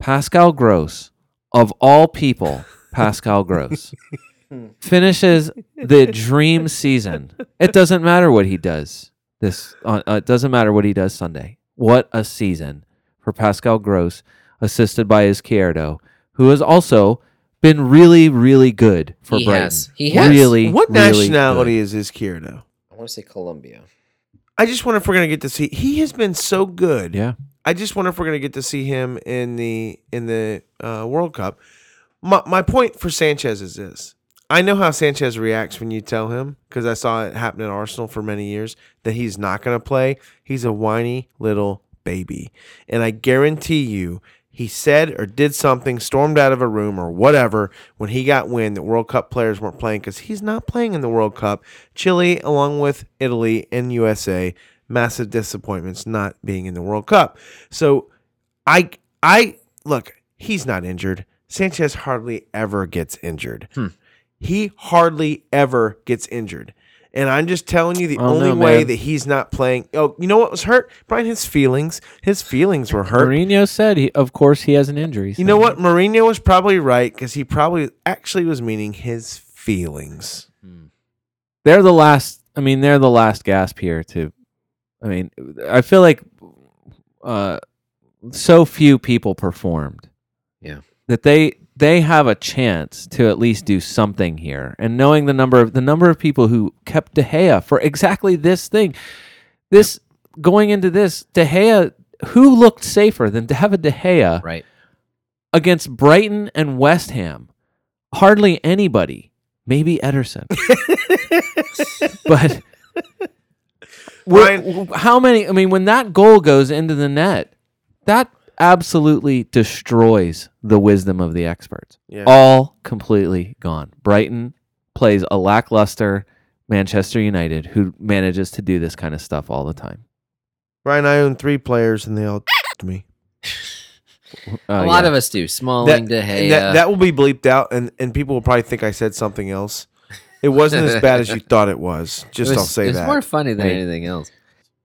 S1: Pascal Gross, of all people, Pascal Gross
S4: Hmm.
S1: finishes the dream season. It doesn't matter what he does. This uh, uh, it doesn't matter what he does Sunday. What a season for Pascal Gross, assisted by Izquierdo, who has also been really, really good for
S3: He
S1: Brighton.
S3: has. He has.
S1: Really,
S4: What
S1: really
S4: nationality
S1: good.
S4: is this Kirito?
S3: I want to say Colombia.
S4: I just wonder if we're gonna get to see. He has been so good.
S1: Yeah.
S4: I just wonder if we're gonna get to see him in the in the uh, World Cup. My my point for Sanchez is this: I know how Sanchez reacts when you tell him because I saw it happen at Arsenal for many years that he's not gonna play. He's a whiny little baby, and I guarantee you. He said or did something, stormed out of a room or whatever when he got wind that World Cup players weren't playing because he's not playing in the World Cup. Chile, along with Italy and USA, massive disappointments not being in the World Cup. So I I look, he's not injured. Sanchez hardly ever gets injured.
S3: Hmm.
S4: He hardly ever gets injured. And I'm just telling you the
S1: I don't
S4: only
S1: know,
S4: way
S1: man.
S4: that he's not playing. Oh, you know what was hurt? Brian, his feelings. His feelings were hurt.
S1: Mourinho said, he, of course, he has an injury.
S4: You know what? Mourinho was probably right because he probably actually was meaning his feelings.
S1: They're the last. I mean, they're the last gasp here. To, I mean, I feel like, uh, so few people performed.
S3: Yeah.
S1: That they they have a chance to at least do something here, and knowing the number of the number of people who kept De Gea for exactly this thing, this going into this De Gea, who looked safer than David De Gea
S3: Right.
S1: against Brighton and West Ham, hardly anybody, maybe Ederson. but we're- w- how many? I mean, when that goal goes into the net, that absolutely destroys the wisdom of the experts.
S4: Yeah.
S1: All completely gone. Brighton plays a lackluster Manchester United who manages to do this kind of stuff all the time.
S4: Brian, I own three players and they all me.
S1: Uh,
S3: a lot
S1: yeah.
S3: of us do. Smalling, De
S4: and
S3: Gea.
S4: Oh, That, that will be bleeped out, and, and people will probably think I said something else. It wasn't as bad as you thought it was. Just
S3: It was-
S4: I'll say
S3: It's
S4: that.
S3: more funny than
S1: Wait.
S3: anything else.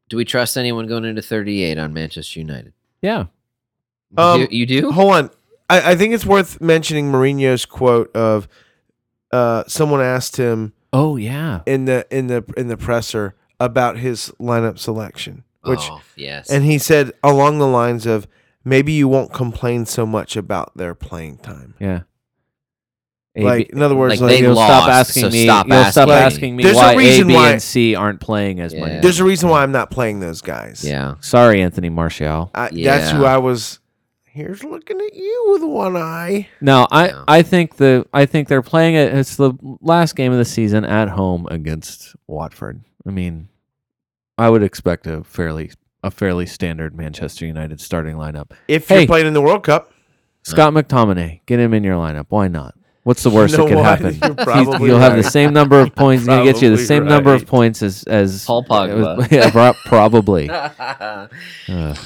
S3: Do we trust anyone going into 38 on Manchester United?
S1: yeah.
S4: Um,
S3: you, you do?
S4: Hold on. I, I think it's worth mentioning Mourinho's quote of uh, someone asked him
S1: Oh yeah.
S4: in the in the in the presser about his lineup selection, which
S3: oh, yes.
S4: and he said along the lines of maybe you won't complain so much about their playing time.
S1: Yeah.
S4: Like in other words,
S3: Like,
S4: like
S3: they
S1: you'll stop
S3: lost,
S1: asking
S3: so
S1: me.
S3: stop
S1: you'll stop
S3: asking me.
S1: asking me
S4: There's a
S1: why A,
S4: reason
S1: B,
S4: why-
S1: and C aren't playing as
S3: Yeah.
S1: much.
S4: there's a reason why I'm not playing those guys.
S3: yeah.
S1: Sorry, Anthony Martial.
S4: I, That's
S3: Yeah.
S4: who I was. Here's looking at you with one eye.
S1: No, I,
S3: Yeah.
S1: I think the I think they're playing it. It's the last game of the season at home against Watford. I mean, I would expect a fairly a fairly standard Manchester United starting lineup.
S4: If
S1: Hey.
S4: you're playing in the World Cup,
S1: Scott McTominay, get him in your lineup. Why not? What's the worst
S4: know
S1: that could
S4: what?
S1: happen?
S4: You're
S1: He's-
S4: probably
S1: you'll have the
S4: right.
S1: same number of points. He'll get you the
S4: Probably
S1: same number of
S4: right.
S1: points as as
S3: Paul Pogba.
S1: yeah, prob- probably. Ugh.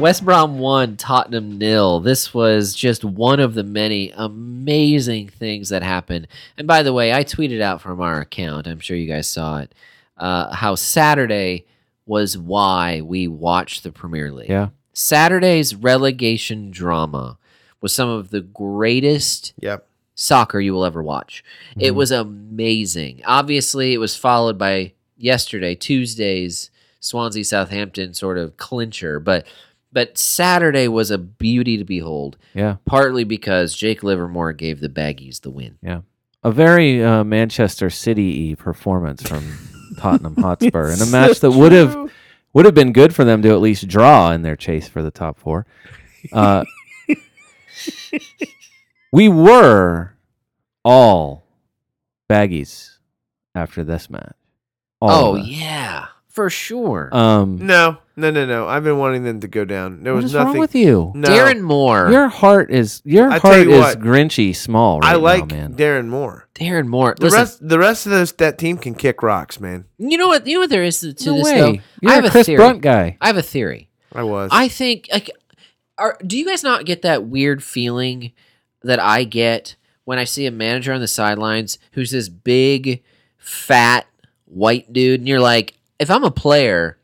S3: West Brom won, Tottenham nil. This was just one of the many amazing things that happened. And by the way, I tweeted out from our account. I'm sure you guys saw it. Uh, how Saturday was why we watched the Premier League.
S1: Yeah.
S3: Saturday's relegation drama was some of the greatest
S4: yep.
S3: soccer you will ever watch.
S1: Mm-hmm.
S3: It was amazing. Obviously, it was followed by yesterday, Tuesday's Swansea Southampton sort of clincher, but but Saturday was a beauty to behold,
S1: Yeah.
S3: partly because Jake Livermore gave the Baggies the win.
S1: a very uh, Manchester City performance from Tottenham Hotspur in a match that would have would have been good for them to at least draw in their chase for the top four. Uh, we were all baggies after this match. All
S3: oh
S1: of us.
S3: yeah, for sure.
S1: Um,
S4: No, no, no, no. I've been wanting them to go down. There
S1: what
S4: was
S1: is
S4: nothing.
S1: wrong with you?
S4: No.
S3: Darren Moore.
S1: Your heart is your
S4: I tell
S1: heart
S4: you
S1: is
S4: what,
S1: grinchy small right
S4: I like
S1: now, man.
S4: Darren Moore.
S3: Darren Moore.
S4: The
S3: Listen,
S4: rest, the rest of those that team can kick rocks, man.
S3: you know what? You know what there is to, to
S1: no
S3: this
S1: way.
S3: though.
S1: You're
S3: I have
S1: a
S3: a
S1: Chris
S3: theory.
S1: Brunt guy.
S3: I have a theory.
S4: I was.
S3: I think like are do you guys not get that weird feeling that I get when I see a manager on the sidelines who's this big fat white dude, and you're like, if I'm a player,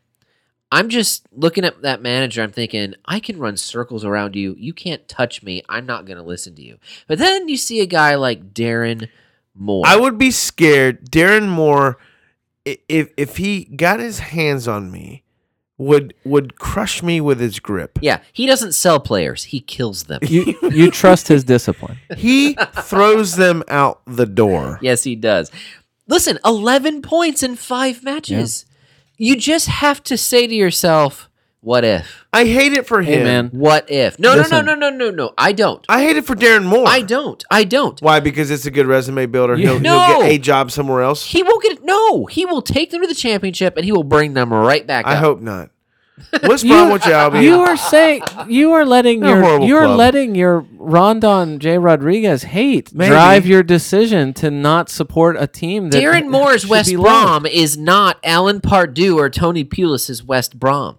S3: I'm just looking at that manager. I'm thinking, I can run circles around you. You can't touch me. I'm not going to listen to you. But then you see a guy like Darren Moore.
S4: I would be scared. Darren Moore, i- if if he got his hands on me, would would crush me with his grip.
S3: Yeah, he doesn't sell players. He kills them.
S1: You you trust his discipline.
S4: He throws them out the door.
S3: yes, he does. Listen, 11 points in five matches. You just have to say to yourself, what if?
S4: I hate it for him.
S1: Hey man,
S3: What if? No,
S1: Listen.
S3: no, no, no, no, no, no. I don't.
S4: I hate it for Darren Moore.
S3: I don't. I don't.
S4: Why? Because it's a good resume builder.
S1: Yeah.
S4: He'll,
S3: No.
S4: he'll get a job somewhere else.
S3: He won't get it. No, he will take them to the championship and he will bring them right back
S4: I
S3: up.
S4: hope not. What's wrong with you, Albie?
S1: you are saying you are letting
S4: They're a
S1: your
S4: horrible
S1: you're
S4: club.
S1: letting your Rondon J Rodriguez hate
S4: Maybe.
S1: drive your decision to not support a team. That
S3: Darren Moore's
S1: should
S3: West
S1: be loved.
S3: Brom is not Alan Pardew or Tony Pulis's West Brom.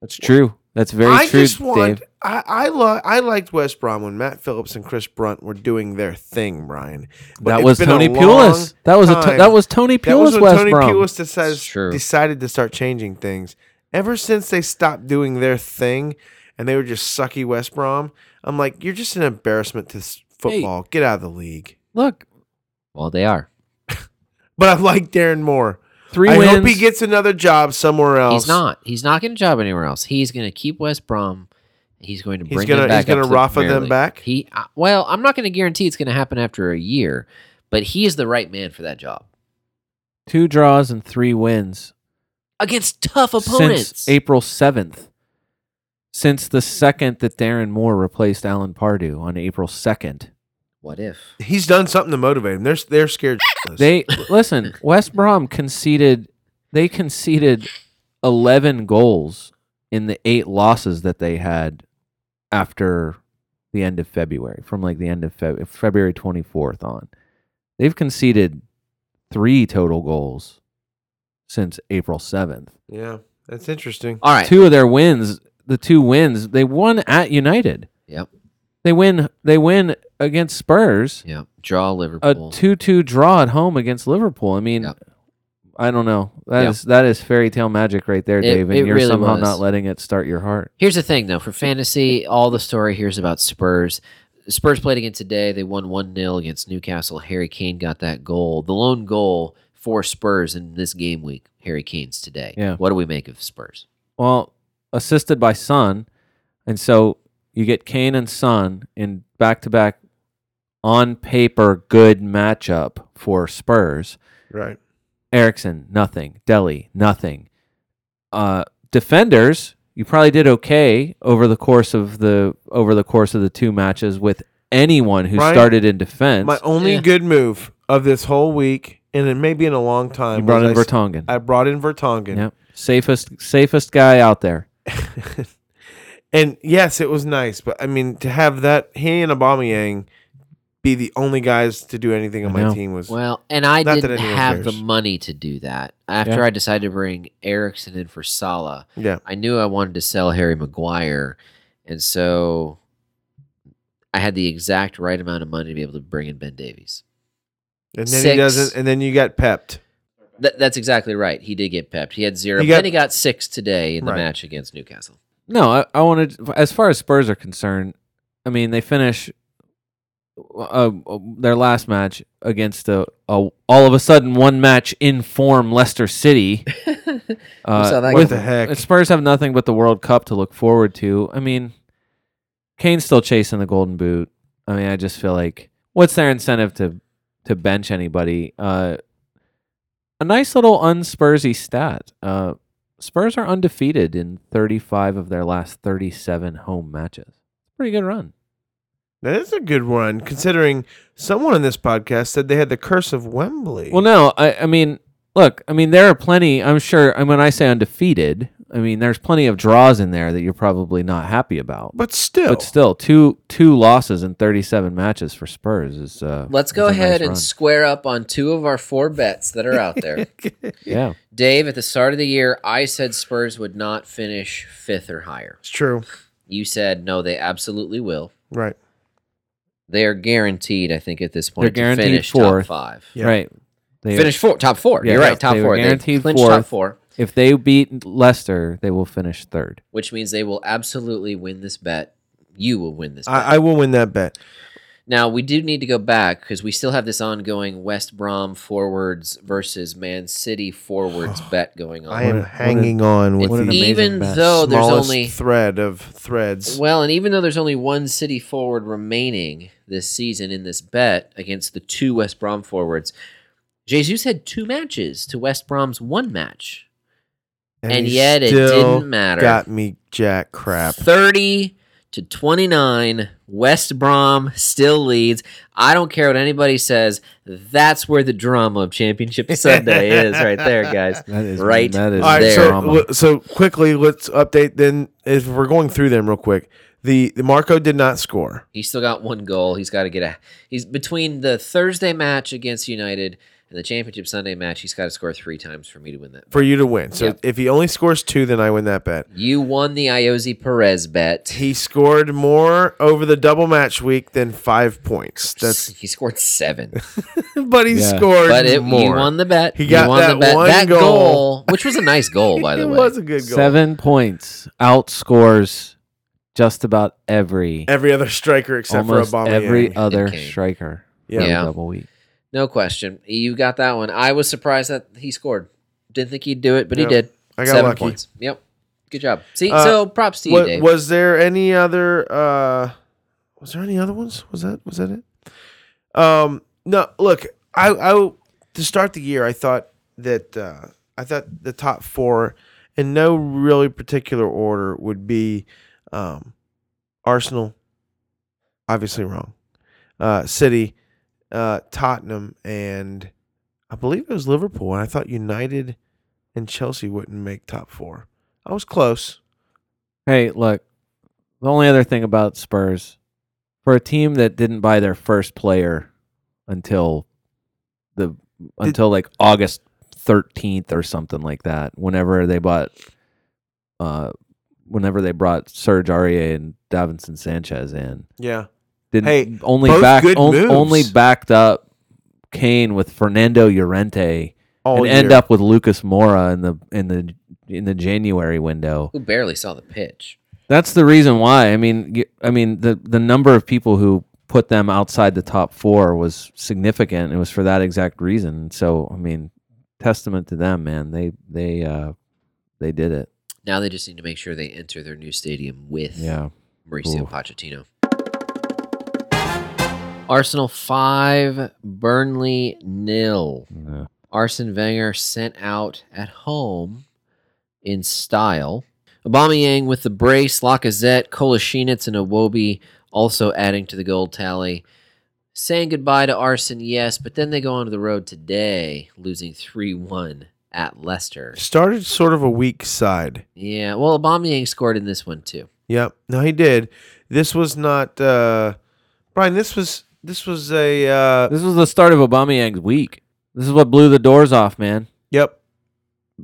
S1: That's true. That's very
S4: I
S1: true,
S4: just want.
S1: Dave.
S4: I I, lo- I liked West Brom when Matt Phillips and Chris Brunt were doing their thing, Brian. But
S1: That
S4: it's
S1: was
S4: been a
S1: Tony
S4: long
S1: Pulis. That was a to-
S4: time.
S1: that was Tony
S4: That was
S1: Pulis
S4: when
S1: West
S4: Tony
S1: Brom.
S4: Pulis decides,
S3: It's true.
S4: decided to start changing things. Ever since they stopped doing their thing and they were just sucky West Brom, I'm like, you're just an embarrassment to s- football. Get out of the league.
S1: Look,
S3: Well, they are.
S4: But I like Darren Moore.
S1: three
S4: I
S1: wins.
S4: hope he gets another job somewhere else.
S3: He's not. He's not getting a job anywhere else. He's going to keep West Brom. He's going to
S4: He's
S3: bring
S4: gonna-
S3: them
S4: he's
S3: back.
S4: gonna
S3: up to the
S4: Rafa
S3: Premier
S4: them
S3: League.
S4: back?
S3: He uh, well, I'm not going to guarantee it's going to happen after a year, but he is the right man for that job
S1: two draws and three wins
S3: against tough opponents.
S1: since April seventh. Since the second that Darren Moore replaced Alan Pardew on April second,
S3: what if?
S4: He's done something to motivate him. They're they're scared. shitless.
S1: They listen. West Brom conceded. They conceded eleven goals in the eight losses that they had after the end of February, from like the end of Feb- February twenty fourth on. They've conceded three total goals since April seventh.
S4: yeah, that's interesting.
S3: All right.
S1: Two of their wins, the two wins, they won at United.
S3: Yep.
S1: They win. They win against Spurs
S3: Yeah. Draw
S1: a
S4: Uh,
S3: Liverpool.
S1: two-two draw at home against Liverpool. I mean,
S3: Yep.
S1: I don't know. That is
S3: Yep.
S1: that is fairy tale magic right there,
S3: It-
S1: Dave. And
S3: it
S1: you're
S3: really
S1: somehow
S3: was.
S1: not letting it start your heart.
S3: Here's the thing, though, for fantasy, all the story here is about Spurs. Spurs played again today. They won 1 0 against Newcastle. Harry Kane got that goal, the lone goal for Spurs in this game week. Harry Kane's today.
S1: Yeah.
S3: What do we make of Spurs?
S1: Well, assisted by Son, and so you get Kane and Son in back-to-back, on paper good matchup for Spurs.
S4: Right.
S1: Erickson, nothing. Delhi, nothing. Uh, defenders, you probably did okay over the course of the over the course of the two matches with anyone who
S4: Brian,
S1: started in defense.
S4: My only
S3: Yeah.
S4: good move of this whole week, and it may be in a long time.
S1: you brought in
S4: was I s-
S1: Vertonghen.
S4: I brought in Vertonghen.
S1: Yep. Safest safest guy out there.
S4: And yes, it was nice, but I mean to have that he and Aubameyang be the only guys to do anything on
S1: I
S4: my
S1: know.
S4: team was
S3: Well, and I
S4: Not that
S3: didn't
S4: anyone
S3: have the
S4: cares.
S3: money to do that. After
S1: Yeah.
S3: I decided to bring Erickson in for Salah,
S4: yeah.
S3: I knew I wanted to sell Harry Maguire, and so I had the exact right amount of money to be able to bring in Ben Davies.
S4: And then
S3: Six.
S4: he doesn't, and then you got pepped.
S3: Th- that's exactly right. He did get pepped. He had zero.
S4: He
S3: but
S4: got-
S3: then he got six today in the
S4: Right.
S3: match against Newcastle.
S1: No, I, I wanted as far as Spurs are concerned, I mean they finish uh, uh, their last match against a, a all of a sudden one match in form Leicester City. Uh,
S3: saw that
S4: What
S1: with-
S4: the heck?
S1: Spurs have nothing but the World Cup to look forward to. I mean, Kane's still chasing the Golden Boot. I mean, I just feel like what's their incentive to to bench anybody? Uh, a nice little unspursy stat. Uh, Spurs are undefeated in 35 of their last 37 home matches. Pretty good run.
S4: That is a good one, considering someone on this podcast said they had the curse of Wembley.
S1: Well, no, I, I mean, look, I mean, there are plenty. I'm sure. And when I say undefeated, I mean there's plenty of draws in there that you're probably not happy about.
S4: but still,
S1: But still, two two losses in 37 matches for Spurs is. Uh,
S3: Let's
S1: is
S3: go
S1: a
S3: ahead and
S1: nice
S3: square up on two of our four bets that are out there.
S1: run.
S3: Dave, at the start of the year, I said Spurs would not finish fifth or higher.
S4: it's true,
S3: You said no, they absolutely will.
S4: right?
S3: They are guaranteed, I think, at this point,
S1: They're
S3: to
S1: guaranteed
S3: finish
S1: fourth.
S3: top five.
S1: yeah,
S4: Yeah.
S1: right. They
S3: Finish four, top four.
S1: Yeah,
S3: You're
S1: yeah,
S3: right, top
S1: they were
S3: four. They
S1: guaranteed
S3: clinched top
S1: fourth.
S3: four,
S1: If they beat Leicester, they will finish third.
S3: which means they will absolutely win this bet. You will win this. bet.
S4: I, I will win that bet.
S3: Now we do need to go back because we still have this ongoing West Brom forwards versus Man City forwards bet going on.
S4: I am
S1: What a- what a-
S4: hanging on with
S1: what an
S4: the
S1: amazing
S3: even
S1: bet.
S3: though Oh, there's
S4: smallest
S3: only
S4: thread of threads.
S3: well, and even though there's only one City forward remaining this season in this bet against the two West Brom forwards, Jesus had two matches to West Brom's one match. and
S4: he
S3: yet it
S4: still
S3: didn't matter.
S4: Got me jack crap.
S3: 30 to 29 west brom still leads i don't care what anybody says that's where the drama of championship sunday is right there guys
S1: That is
S3: Right
S1: That is
S4: All right,
S3: there.
S4: so
S1: drama.
S4: w- so quickly, let's update. Then, if we're going through them real quick, the, the Marco did not score.
S3: he's still got one goal he's got to get a he's between the thursday match against united and the championship sunday match he's got to score three times for me to win that
S4: for you to win. So
S3: Yeah.
S4: if he only scores two, then I win that bet.
S3: you won the iosi perez bet
S4: He scored more over the double match week than five points. That's
S3: he scored seven
S4: but he
S1: Yeah.
S4: scored
S3: but it,
S4: more.
S3: you won the bet
S4: He
S3: You
S4: got
S3: won
S4: that one
S3: that
S4: goal.
S3: which was a nice goal by the
S4: it
S3: way
S4: was a good goal.
S1: Seven points outscores just about every
S4: Every other striker except
S1: almost
S4: for Obama.
S1: every other
S3: Kane.
S1: striker.
S4: Yeah.
S1: for the
S3: Yeah.
S1: double week.
S3: No question. You got that one. I was surprised that he scored. Didn't think he'd do it, but
S4: Yep.
S3: he did.
S4: I got
S3: Seven
S4: lucky.
S3: points. Yep. Good job. See,
S4: Uh,
S3: so props to you,
S4: What,
S3: Dave.
S4: was there any other? uh Was there any other ones? Was that was that it? Um. No. Look, I I to start the year, I thought that uh I thought the top four in no really particular order would be um Arsenal. Obviously wrong. Uh, City, uh, Tottenham, and I believe it was Liverpool. And I thought United and Chelsea wouldn't make top four. I was close.
S1: Hey, look. The only other thing about Spurs, for a team that didn't buy their first player until the until like August thirteenth or something like that, whenever they bought, uh, whenever they brought Serge Aurier and Davinson Sanchez in,
S4: Yeah.
S1: didn't
S4: Hey,
S1: only
S4: both
S1: back
S4: good
S1: on-
S4: moves.
S1: only backed up Kane with Fernando Llorente
S4: All
S1: and end up with Lucas Mora in the in the in the January window.
S3: Who barely saw the pitch.
S1: That's the reason why. I mean, y- I mean the the number of people who put them outside the top four was significant. It was for that exact reason. So I mean, testament to them, man. They they uh they did it.
S3: Now they just need to make sure they enter their new stadium with
S1: Yeah.
S3: Mauricio
S1: Oof.
S3: Pochettino. Arsenal five, Burnley nil.
S1: Yeah.
S3: Arsene Wenger sent out at home in style. Aubameyang with the brace, Lacazette, Kolasinac, and Awobi also adding to the goal tally. Saying goodbye to Arson, yes, but then they go onto the road today, losing 3 1 at Leicester.
S4: started sort of a weak side.
S3: Yeah, well, Aubameyang scored in this one too.
S4: Yep. No, he did. This was not uh Brian, this was this was a uh
S1: This was the start of Aubameyang's week. This is what blew the doors off, man.
S4: yep.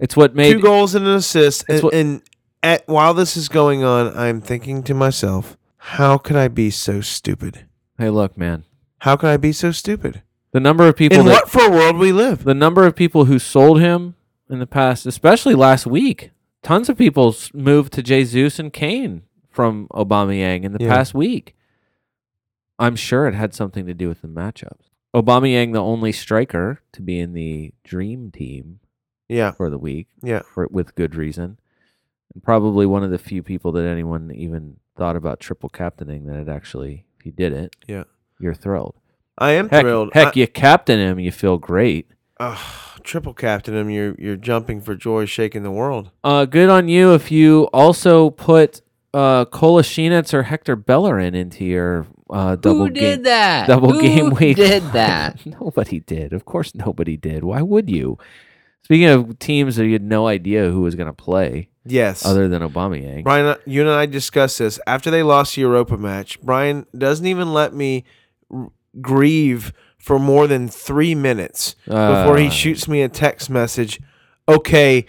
S1: It's what made
S4: Two goals and an assist.
S1: It's
S4: And,
S1: what-
S4: and at, while this is going on, I'm thinking to myself, how could I be so stupid?
S1: Hey, look, man.
S4: How could I be so stupid?
S1: The number of people
S4: In
S1: that,
S4: what for world we live?
S1: the number of people who sold him in the past, especially last week, tons of people s- moved to Jesus and Kane from Aubameyang in the
S4: Yeah.
S1: past week. I'm sure it had something to do with the matchups. Aubameyang, the only striker to be in the dream team
S4: Yeah.
S1: for the week,
S4: Yeah.
S1: for, with good reason, and probably one of the few people that anyone even thought about triple captaining that it actually, if you did it,
S4: Yeah.
S1: you're thrilled.
S4: I am
S1: Heck,
S4: thrilled.
S1: heck,
S4: I,
S1: you captain him, you feel great.
S4: Ugh, triple captain him. You're you're jumping for joy, shaking the world.
S1: Uh, good on you if you also put uh, Kolasinac or Hector Bellerin into your uh, double
S3: Who
S1: game.
S3: did that?
S1: Double
S3: Who
S1: game week.
S3: did that?
S1: nobody did. Of course, nobody did. Why would you? Speaking of teams that you had no idea who was going to play,
S4: Yes.
S1: other than Aubameyang,
S4: Brian, uh, you and I discussed this after they lost the Europa match. Brian doesn't even let me r- grieve for more than three minutes before he
S1: Uh,
S4: shoots me a text message. Okay,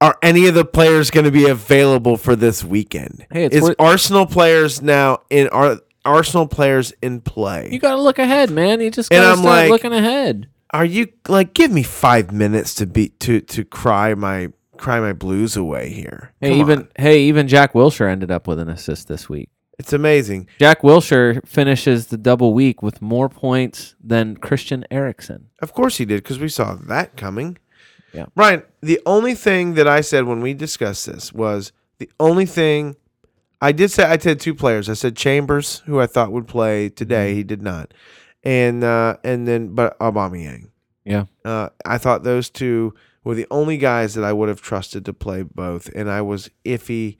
S4: are any of the players going to be available for this weekend?
S1: Hey, it's
S4: Is
S1: worth-
S4: Arsenal players now in are Arsenal players in play?
S1: You got to look ahead, man. You just
S4: And
S1: got to
S4: I'm
S1: start
S4: like-
S1: looking ahead.
S4: Are you like give me five minutes to be to to cry my cry my blues away here?
S1: Hey,
S4: Come
S1: even
S4: on.
S1: hey, even Jack Wilshire ended up with an assist this week.
S4: it's amazing.
S1: Jack Wilshire finishes the double week with more points than Christian Erickson.
S4: Of course he did, because we saw that coming.
S1: Yeah.
S4: Brian, the only thing that I said when we discussed this was the only thing I did say I said two players. I said Chambers, who I thought would play
S1: Mm-hmm.
S4: today, he did not, and uh, and then but Aubameyang.
S1: Yeah.
S4: Uh, I thought those two were the only guys that I would have trusted to play both, and I was iffy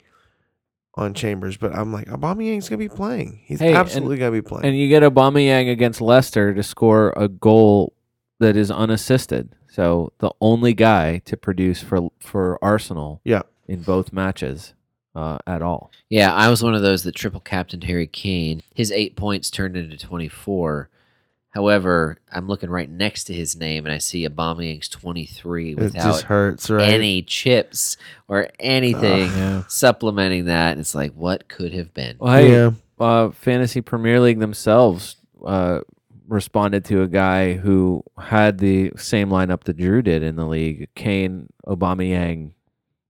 S4: on Chambers, but I'm like Aubameyang's gonna be playing. He's
S1: Hey, and-
S4: absolutely gonna be playing.
S1: And you get Aubameyang against Leicester to score a goal that is unassisted. So the only guy to produce for for Arsenal
S4: yeah.
S1: in both matches uh, at all.
S3: Yeah, I was one of those that triple captained Harry Kane. His eight points turned into 24. However, I'm looking right next to his name and I see Aubameyang's 23
S4: It just
S3: without
S4: hurts, right?
S3: any chips or anything
S1: yeah.
S3: supplementing that. And it's like, what could have been?
S1: Well, hey,
S4: Yeah.
S1: uh, Fantasy Premier League themselves uh, responded to a guy who had the same lineup that Drew did in the league: Kane, Aubameyang,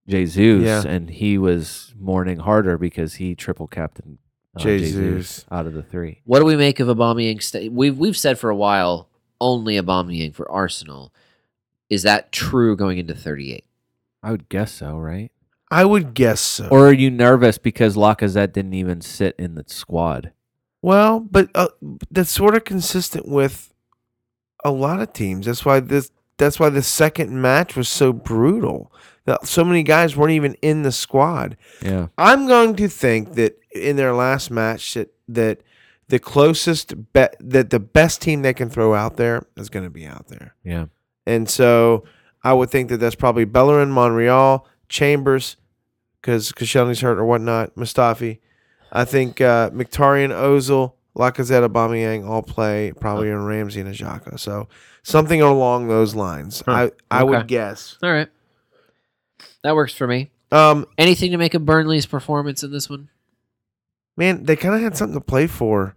S1: Jesus,
S4: Yeah.
S1: and he was mourning harder because he triple captain uh,
S4: Jesus.
S1: out of the three.
S3: What do we make of Aubameyang? St- we've we've said for a while only Aubameyang for Arsenal. Is that true going into 38?
S1: I would guess so, right?
S4: I would guess so.
S1: Or are you nervous because Lacazette didn't even sit in the squad?
S4: Well, but uh, that's sort of consistent with a lot of teams. That's why this. That's why the second match was so brutal. That so many guys weren't even in the squad.
S1: Yeah,
S4: I'm going to think that in their last match that that the closest bet that the best team they can throw out there is going to be out there.
S1: yeah.
S4: And so I would think that that's probably Bellerin, Monreal, Chambers, because Koscielny's hurt or whatnot, Mustafi. I think uh, Mkhitaryan, Ozil, Lacazette, Aubameyang all play probably in Ramsey and Ajaka. So something along those lines. I, I
S3: Okay.
S4: would guess.
S3: All right. That works for me.
S4: Um,
S3: Anything to make of Burnley's performance in this one?
S4: man, they kind of had something to play for.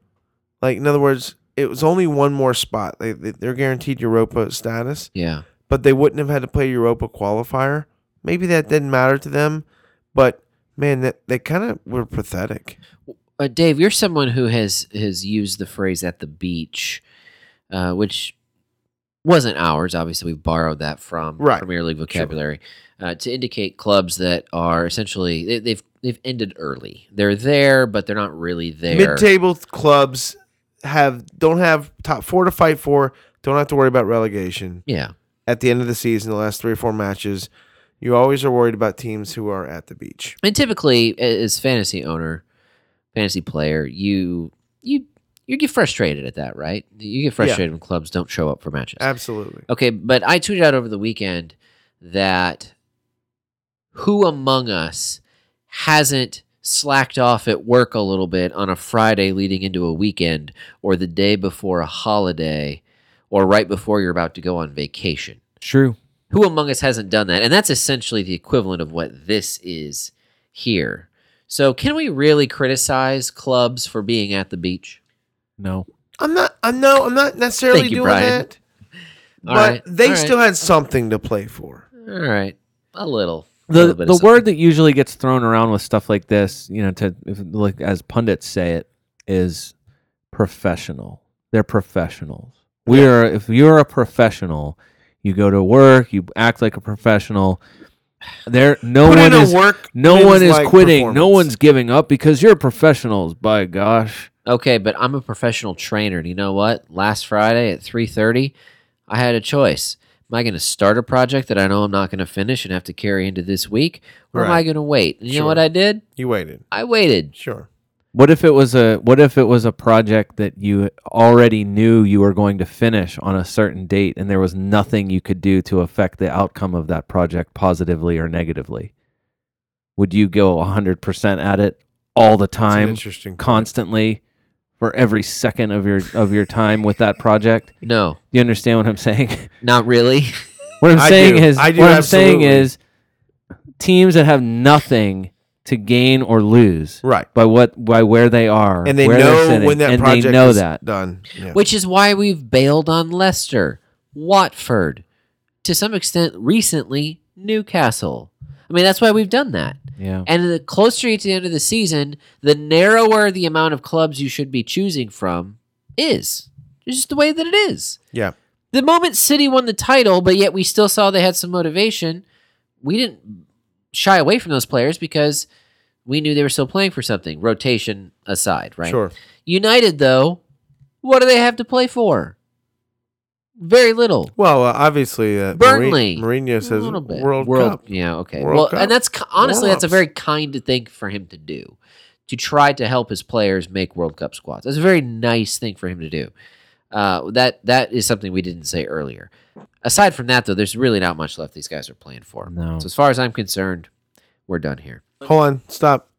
S4: Like in other words, it was only one more spot. They, they they're guaranteed Europa status.
S3: Yeah.
S4: but they wouldn't have had to play Europa qualifier. Maybe that didn't matter to them, but man, that they kind of were pathetic.
S3: Uh, Dave, you're someone who has has used the phrase "at the beach," uh, which wasn't ours. Obviously, we borrowed that from
S4: Right.
S3: Premier League vocabulary uh, to indicate clubs that are essentially they, they've they've ended early. They're there, but they're not really there.
S4: Mid-table clubs have don't have top four to fight for. Don't have to worry about relegation
S3: yeah.
S4: at the end of the season. The last three or four matches, you always are worried about teams who are at the beach.
S3: And typically, a- as fantasy owner, fantasy player, you you you get frustrated at that, right? You get frustrated when clubs don't show up for matches.
S4: Absolutely.
S3: Okay, but I tweeted out over the weekend that who among us hasn't slacked off at work a little bit on a Friday leading into a weekend or the day before a holiday or right before you're about to go on vacation?
S1: True.
S3: Who among us hasn't done that? And that's essentially the equivalent of what this is here. So, can we really criticize clubs for being at the beach?
S1: No.
S4: I'm not. I'm no. I'm not necessarily
S3: Thank you,
S4: doing
S3: Brian.
S4: that. but
S3: All right,
S4: they
S3: all right,
S4: still had something to play for.
S3: all right, a little. a
S1: the
S3: little bit of
S1: the
S3: something.
S1: word that usually gets thrown around with stuff like this, you know, to if, like as pundits say it, is professional. They're professionals. We are. If you're a professional, you go to work, you act like a professional. There, no
S4: Put
S1: one
S4: in a
S1: is.
S4: work.
S1: no one is
S4: wins-like
S1: quitting. No
S4: performance.
S1: one's giving up because you're professionals. By gosh,
S3: Okay, but I'm a professional trainer. And you know what? Last Friday at 3:30, I had a choice. Am I going to start a project that I know I'm not going to finish and have to carry into this week, or am
S4: Right.
S3: I going to wait? And you know
S4: Sure.
S3: what I did?
S4: You waited.
S3: I waited.
S4: Sure.
S1: what if it was a what if it was a project that you already knew you were going to finish on a certain date, and there was nothing you could do to affect the outcome of that project positively or negatively? Would you go hundred percent at it all the
S4: That's an
S1: time,
S4: Interesting. point.
S1: constantly, for every second of your of your time with that project?
S3: No,
S1: You understand what I'm saying?
S3: not really.
S1: What I'm
S4: I
S1: saying
S4: do.
S1: is,
S4: I do,
S1: what I'm saying
S4: absolutely.
S1: is, teams that have nothing to gain or lose
S4: Right.
S1: by what by where they are,
S4: and they
S1: where they're
S4: know
S1: sitting,
S4: when that
S1: and
S4: project
S1: they know
S4: is
S1: that.
S4: done. Yeah.
S3: Which is why we've bailed on Leicester. Watford, to some extent, recently, Newcastle. I mean, that's why we've done that.
S1: Yeah.
S3: And the closer you get to the end of the season, the narrower the amount of clubs you should be choosing from is. It's just the way that it is.
S4: Yeah.
S3: The moment City won the title, but yet we still saw they had some motivation, we didn't shy away from those players because we knew they were still playing for something, rotation aside, right?
S4: Sure.
S3: United, though, what do they have to play for? Very little.
S4: Well, uh, obviously, uh,
S3: Burnley.
S4: Mourin- Mourinho says
S3: little bit.
S4: World, Cup.
S3: Yeah, okay.
S4: World
S3: well,
S4: Cup.
S3: and that's ki- honestly that's a
S4: Warm-ups.
S3: very kind thing for him to do, to try to help his players make World Cup squads. That's a very nice thing for him to do. Uh, that that is something we didn't say earlier. Aside from that, though, there's really not much left these guys are playing for.
S1: No.
S3: So as far as I'm concerned, we're done here.
S4: Hold on, stop.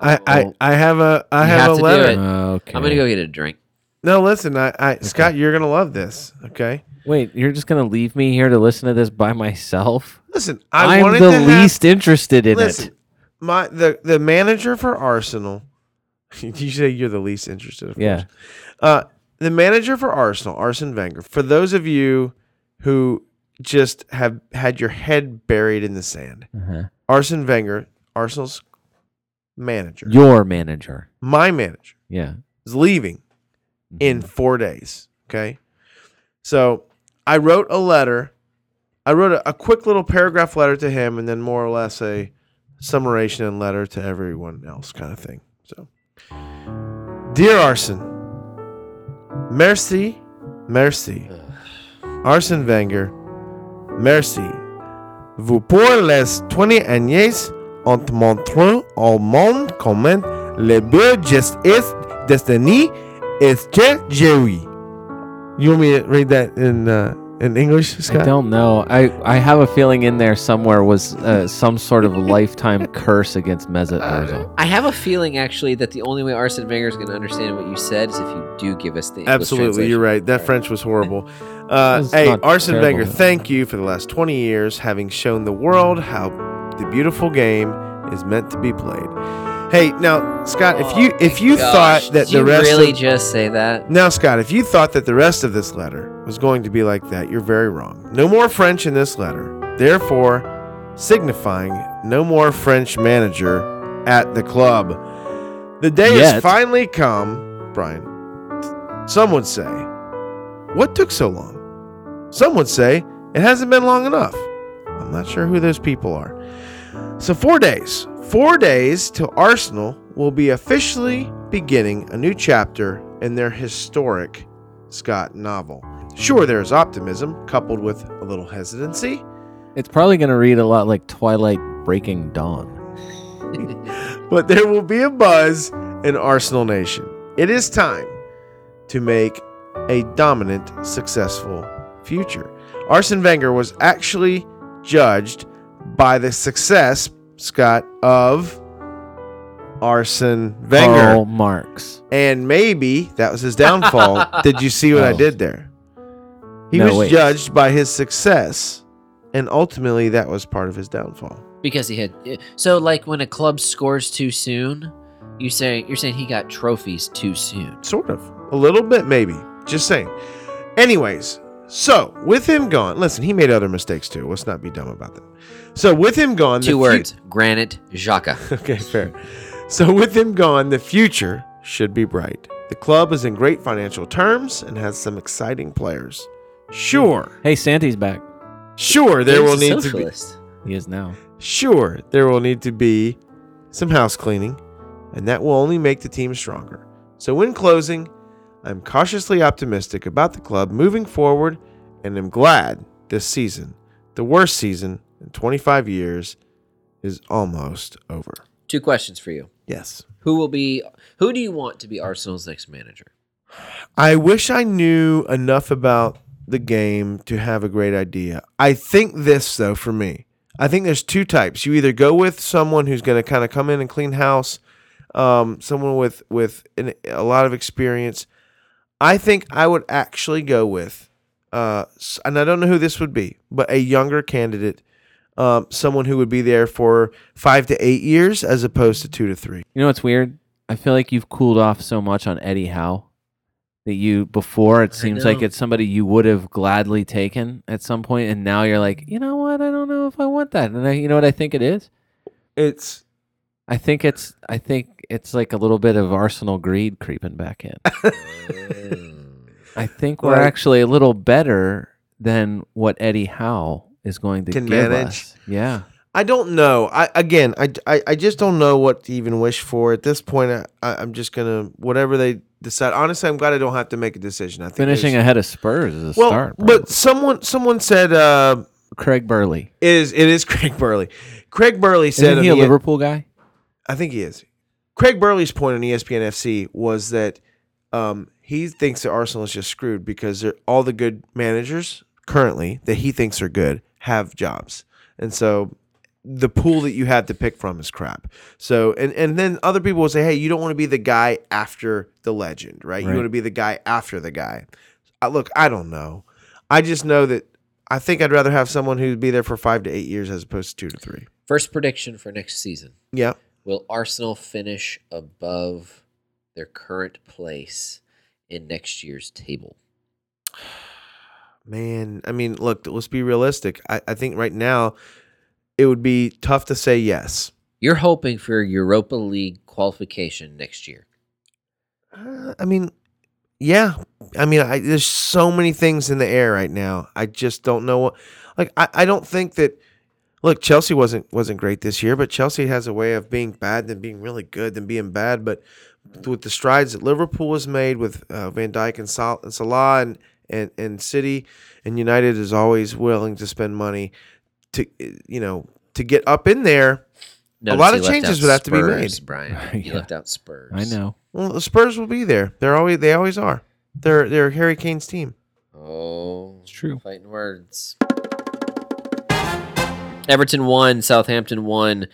S4: I, I,
S3: Oh.
S4: I have a I
S3: You
S4: have,
S3: have
S4: a
S3: to do
S4: letter.
S3: it.
S1: Okay.
S3: I'm gonna go get a drink.
S4: No, listen, I, I Scott, you're gonna love this. Okay,
S1: Wait, you're just gonna leave me here to listen to this by myself?
S4: listen, I
S1: am
S4: wanted
S1: the
S4: to have-
S1: least interested in
S4: listen,
S1: it.
S4: my the the manager for Arsenal. you say you're the least interested, of
S1: Yeah.
S4: Uh, the manager for Arsenal, Arsene Wenger. For those of you who just have had your head buried in the sand,
S1: Uh-huh.
S4: Arsene Wenger, Arsenal's manager,
S1: Your manager.
S4: my manager,
S1: Yeah.
S4: is leaving
S1: Mm-hmm.
S4: in four days. Okay, so I wrote a letter. I wrote a, a quick little paragraph letter to him, and then more or less a summarization and letter to everyone else, kind of thing. So, dear Arson, merci, merci, Arsene Wenger, merci. Vous pour les 20 années en montrant au monde comment le beau geste est destiné est que Jerry. You want me to read that in uh, in English, Scott?
S1: I don't know. I, I have a feeling in there somewhere was uh, some sort of lifetime curse against Mesut
S4: Uh,
S1: Ozil.
S3: I have a feeling actually that the only way Arsene Wenger is gonna understand what you said is if you do give us the English
S4: Absolutely, you're
S3: translation.
S4: right. That French was horrible. Uh,
S1: It's
S4: hey,
S1: not
S4: Arsene
S1: terrible,
S4: Wenger,
S1: though.
S4: thank you for the last 20 years having shown the world how the beautiful game is meant to be played. Hey, now Scott, if you if you
S3: Gosh,
S4: thought that
S3: did
S4: the
S3: Oh, you
S4: rest
S3: really
S4: of,
S3: just say that.
S4: now Scott, if you thought that the rest of this letter was going to be like that, you're very wrong. No more French in this letter. Therefore, signifying no more French manager at the club. The day
S1: Yet.
S4: has finally come, Brian. Some would say, What took so long? Some would say, It hasn't been long enough. I'm not sure who those people are. So, four days, four days till Arsenal will be officially beginning a new chapter in their historic Scott novel. Sure, there is optimism coupled with a little hesitancy.
S1: It's probably going to read a lot like Twilight Breaking Dawn.
S4: but there will be a buzz in Arsenal Nation. It is time to make a dominant, successful future. Arsene Wenger was actually judged by the success, Scott, of Arsene Wenger.
S1: Karl Marx.
S4: And maybe that was his downfall. did you see what I
S1: Oh.
S4: did there? He
S1: No,
S4: was
S1: wait.
S4: judged by his success, and ultimately that was part of his downfall.
S3: because he had eh, so like when a club scores too soon you say you're saying he got trophies too soon
S4: Sort of. A little bit, maybe. Just saying. Anyways, so with him gone, listen, he made other mistakes too. Let's not be dumb about that. So with him gone, the
S3: two
S4: fu-
S3: words granite Xhaka.
S4: okay, fair. So with him gone, the future should be bright. The club is in great financial terms and has some exciting players. Sure,
S1: Hey, Santi's back.
S4: sure, there
S3: He's
S4: will
S3: a
S4: need to be.
S3: socialist.
S1: He is now.
S4: Sure, there will need to be some house cleaning, and that will only make the team stronger. So, in closing, I'm cautiously optimistic about the club moving forward, and am glad this season, the worst season in 25 years, is almost over.
S3: two questions for you
S4: Yes.
S3: who will be who do you want to be arsenal's next manager
S4: I wish I knew enough about the game to have a great idea. I think this, though, for me, I think there's two types. You either go with someone who's going to kind of come in and clean house, um, someone with with an, a lot of experience. I think I would actually go with, uh, s- and I don't know who this would be, but a younger candidate, um, someone who would be there for five to eight years as opposed to two to three.
S1: You know what's weird? I feel like you've cooled off so much on Eddie Howe that you before it seems like
S3: know.
S1: it's somebody you would have gladly taken at some point and now you're like you know what i don't know if i want that and I, you know what i think it is
S4: It's
S1: i think it's i think it's like a little bit of arsenal greed creeping back in
S4: Hmm.
S1: i think we're
S4: Like-
S1: actually a little better than what eddie howe is going to
S4: Can
S1: give
S4: manage.
S1: us yeah
S4: I don't know. I again, I, I, I just don't know what to even wish for at this point. I, I I'm just gonna whatever they decide. Honestly, I'm glad I don't have to make a decision. I think
S1: finishing
S4: there's-
S1: ahead of spurs is a
S4: well,
S1: start
S4: but someone someone said uh,
S1: craig burley
S4: it is it is Craig Burley. Craig Burley said
S1: isn't he a
S4: on E the-
S1: liverpool guy
S4: I think he is. Craig Burley's point on E ESPN FC was that um, he thinks that Arsenal is just screwed because they're, all the good managers currently that he thinks are good have jobs, and so the pool that you have to pick from is crap. So and and then other people will say, hey, you don't want to be the guy after the legend, right? You
S1: Right.
S4: want to be the guy after the guy. I, look, I don't know. I just know that I think I'd rather have someone who'd be there for five to eight years as opposed to two to three.
S3: First prediction for next season.
S4: Yeah.
S3: Will Arsenal finish above their current place in next year's table?
S4: Man, I mean, look, let's be realistic. I, I think right now it would be tough to say yes.
S3: You're hoping for Europa League qualification next year.
S4: Uh, I mean, yeah. I mean, I, there's so many things in the air right now. I just don't know what. Like, I, I don't think that. Look, Chelsea wasn't wasn't great this year, but Chelsea has a way of being bad, then being really good, then being bad. But with the strides that Liverpool has made with uh, Van Dijk and, Sal- and Salah and, and and City and United is always willing to spend money to you know to get up in there.
S3: Notice
S4: lot
S3: you
S4: of
S3: left
S4: changes
S3: out
S4: would have to be
S3: Spurs,
S4: made.
S3: Brian. You
S1: Yeah.
S3: left out Spurs.
S1: i know
S4: Well, the Spurs will be there. They're always they always are. They're they're Harry Kane's team.
S3: Oh,
S1: It's true.
S3: Fighting words. Everton won, Southampton won.